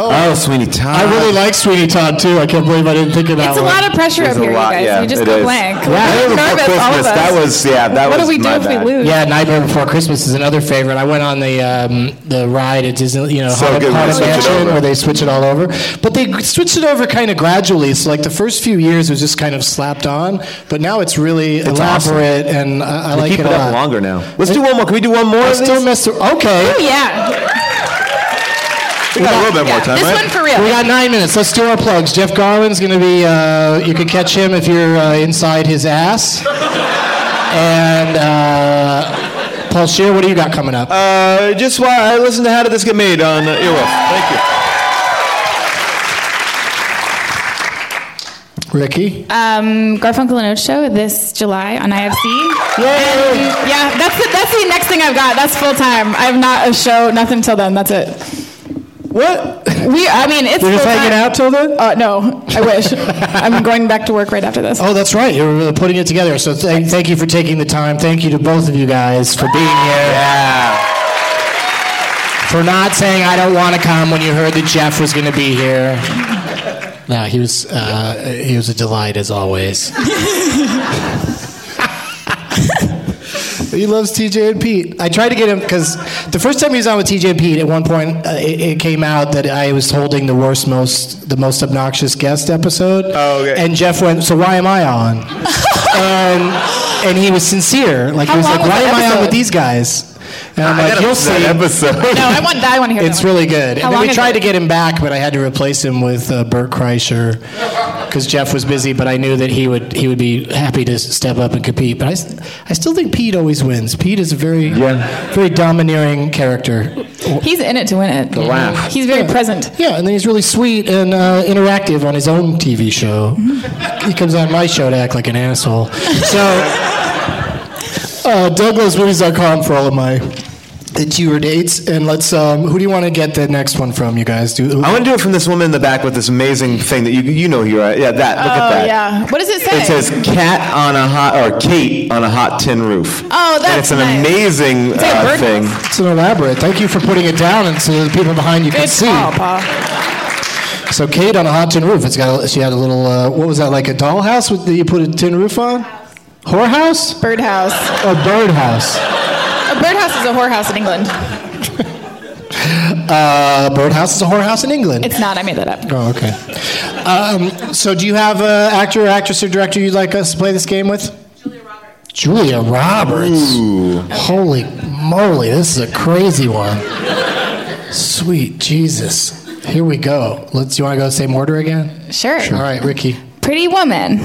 Oh, Sweeney Todd. I really like Sweenity Todd too. I can't believe I didn't think of that It's a one. lot of pressure There's up a here, lot, you guys. yeah, you just it go is. blank. Yeah, We're Nightmare Before nervous, all of Christmas, us. that was- yeah, that What was do we do my if bad. we lose? Yeah, Nightmare Before Christmas is another favorite. I went on the um, the ride at Disney, you know, So Haunted, good when they Haunted switch it Mansion, over. where they switch it all over. But they switched it over kind of gradually. So like the first few years it was just kind of slapped on, but now it's really elaborate and I, I like Keep it it a lot. up longer now. Let's do one more. Can we do one more? I of still these? miss the, okay. Oh, yeah. We got a little bit more time, This right? one for real. We got nine minutes. Let's do our plugs. Jeff Garland's going to be, uh, you can catch him if you're uh, inside his ass. And uh, Paul Shear, what do you got coming up? Uh, just why I listened to How Did This Get Made on uh, Earwolf. Thank you. Ricky? um, Garfunkel and Oates show this July on IFC. And, yeah, that's the, that's the next thing I've got. That's full time. I have not a show, nothing till then. That's it. What? We, I mean, it's You're just full-time. hanging out till then? Uh, no, I wish. I'm going back to work right after this. Oh, that's right. You're really putting it together. So th- thank you for taking the time. Thank you to both of you guys for being here, Yeah. for not saying I don't want to come when you heard that Jeff was going to be here. No, he was uh, he was a delight as always. He loves TJ and Pete. I tried to get him because the first time he was on with TJ and Pete, at one point uh, it, it came out that I was holding the worst, most, the most obnoxious guest episode. Oh, okay. And Jeff went, "So why am I on?" and and he was sincere. Like How he was long like, was "Why am that I on episode? with these guys?" And I'm like, gotta "You'll listen see." to that episode. No, I want that. I want to hear It's that. one. really good. How and then long we is tried it? to get him back, but I had to replace him with uh, Bert Kreischer because Jeff was busy. But I knew that he would he would be happy to s- step up and compete. But I, s- I still think Pete always wins. Pete is a very very domineering character. He's in it to win it. The laugh. He's very present. Yeah, and then he's really sweet and uh, interactive on his own TV show. he comes on my show to act like an asshole. So, uh, DouglasMovies.com for all of my. It's your dates, and let's. Um, who do you want to get the next one from, you guys? Do I want to do it from this woman in the back with this amazing thing that you you know here. Yeah, that. Look at Oh that. yeah. What does it say? It says cat on a hot or Kate on a hot tin roof. Oh, And that's it's an nice. amazing like uh, bird thing. It's an elaborate. Thank you for putting it down, and so the people behind you can Good see. call, Paul. So Kate on a hot tin roof. It's got. A, she had a little. Uh, what was that? Like a dollhouse with, that you put a tin roof on? Whorehouse? Birdhouse. A birdhouse. A birdhouse is a whorehouse in England. A Uh, birdhouse is a whorehouse in England. It's not. I made that up. oh, okay. Um, so do you have an actor, actress, or director you'd like us to play this game with? Julia Roberts. Holy moly, this is a crazy one. Sweet Jesus. Here we go. Let's. You want to go same order again? Sure. All right, Ricky. Pretty woman.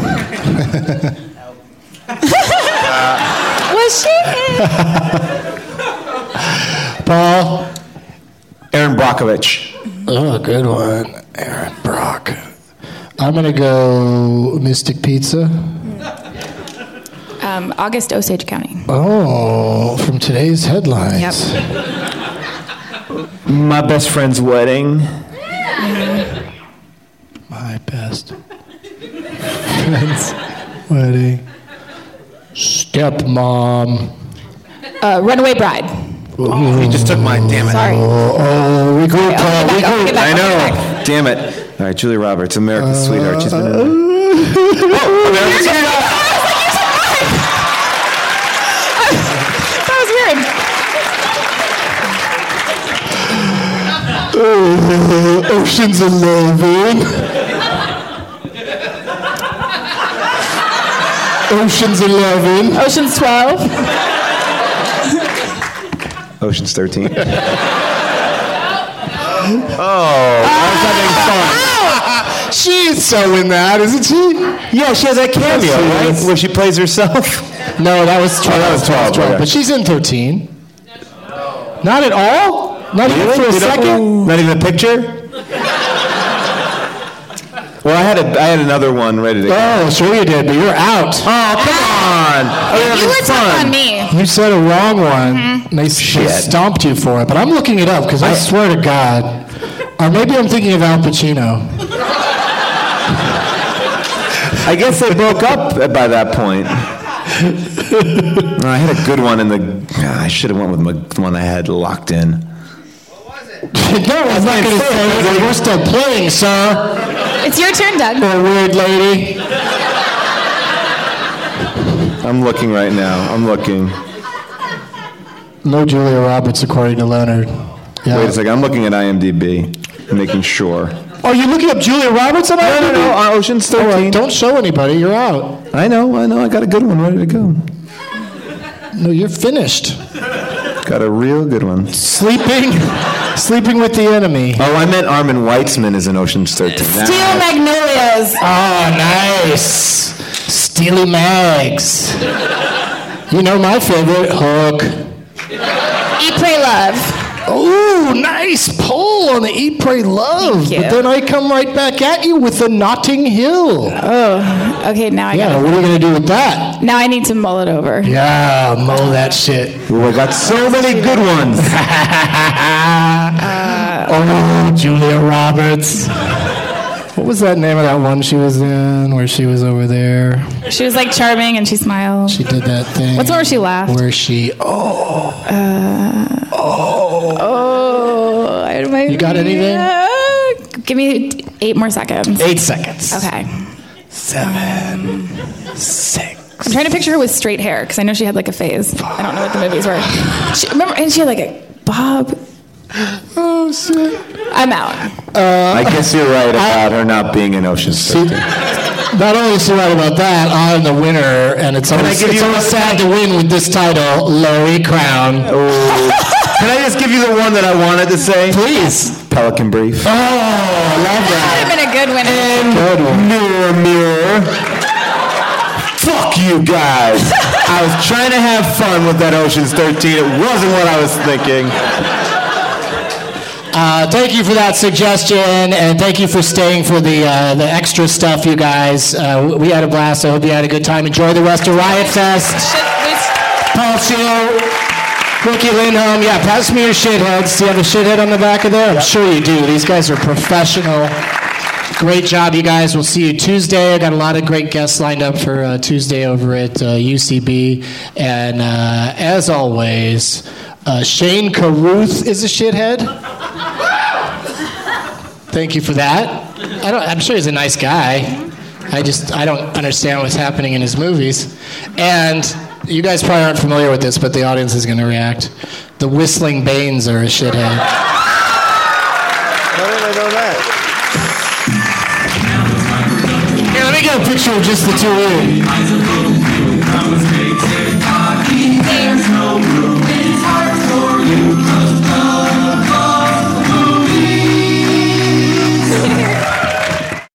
Was she? Paul. Aaron Brockovich. Oh, good one. Aaron Brock. I'm going to go Mystic Pizza. Um, August Osage County. Oh, from today's headlines. My best friend's wedding. My best friend's wedding. Stepmom. Uh, Runaway Bride. Oh, He just took mine. Damn it. Sorry. Oh, oh, we group, uh, we I'll group. get back. I know. Damn it. All right, Julia Roberts, America's sweetheart. She's been in there. Oh, America's sweetheart. That was weird. Uh, Ocean's Eleven. Ocean's Eleven. Ocean's 12. Ocean's 13. oh, Oh, I She's so in that, isn't she? Yeah, she has that was having fun. Cameo, right? Where she plays herself. No, Oh, that was 12. that was 12, okay. But she's in 13. Not at all? Not even for a You don't- second? Not even a picture? well, I had, a, I had another one ready to go. Oh, sure you did, but you're out. Oh, come on. I was You having were tough on me. Uh, You said a wrong one. They, they stomped you for it. But I'm looking it up because I, swear to God. Or maybe I'm thinking of Al Pacino. I guess they broke up by that point. No, I had a good one in the. Ah, I should have went with my one I had locked in. no, I'm not going to say it. We're still playing, sir. It's your turn, Doug. Or weird lady. I'm looking right now. I'm looking. No Julia Roberts, according to Leonard. Yeah. Wait a second. I'm looking at IMDb, making sure. Are you looking up Julia Roberts on No, no, IMDb? no. uh, Ocean's All right, 13. Oh, Don't show anybody. You're out. I know. I know. I got a good one ready to go. No, you're finished. Got a real good one. Sleeping, sleeping with the enemy. Oh, I meant Armin Weitzman is in Ocean's 13. That- Steel Magnolias. Oh, nice. Steely Mags. You know my favorite hook. Eat, Pray, Love. Ooh, nice pull on the Eat, Pray, Love. Thank you. But then I come right back at you with the Notting Hill. Oh, okay. Now I yeah, got. what are you gonna do with that? Now I need to mull it over. Yeah, mow that shit. Ooh, I got so many good ones. oh, Julia Roberts. What was that name of that one she was in where she was over there? She was like charming and she smiled. She did that thing. What's the one where she laughed? Uh, Where she, oh. Oh, I had my. You got anything? Yeah. Give me eight more seconds. Eight seconds. Okay. Seven. Six. I'm trying to picture her with straight hair because I know she had like a phase. I don't know what the movies were. She, remember, and she had like a bob. Oh, shit. I'm out. I guess you're right about her not being in Ocean's 13. Not only is she right about that, I'm the winner, and it's I always, give it's you always one? sad to win with this title, Lori Crown. Can I just give you the one that I wanted to say? Please. Pelican Brief. Oh, love that. That would have been a good winner. Good one. Mirror, mirror. Fuck you guys. I was trying to have fun with that Ocean's 13. It wasn't what I was thinking. Uh, thank you for that suggestion, and thank you for staying for the uh, the extra stuff, you guys. Uh, we had a blast. I hope you had a good time. Enjoy the rest of Riot Fest. Paul Seal, Ricky Lindholm. Yeah, pass me your shitheads. Do you have a shithead on the back of there? I'm sure you do. These guys are professional. Great job, you guys. We'll see you Tuesday. I got a lot of great guests lined up for uh, Tuesday over at uh, UCB. And uh, as always, uh, Shane Carruth is a shithead. Thank you for that. I don't, I'm sure he's a nice guy. I just I don't understand what's happening in his movies. And you guys probably aren't familiar with this, but the audience is going to react. The Whistling Banes are a shithead. How did I know that? Here, let me get a picture of just the two of you.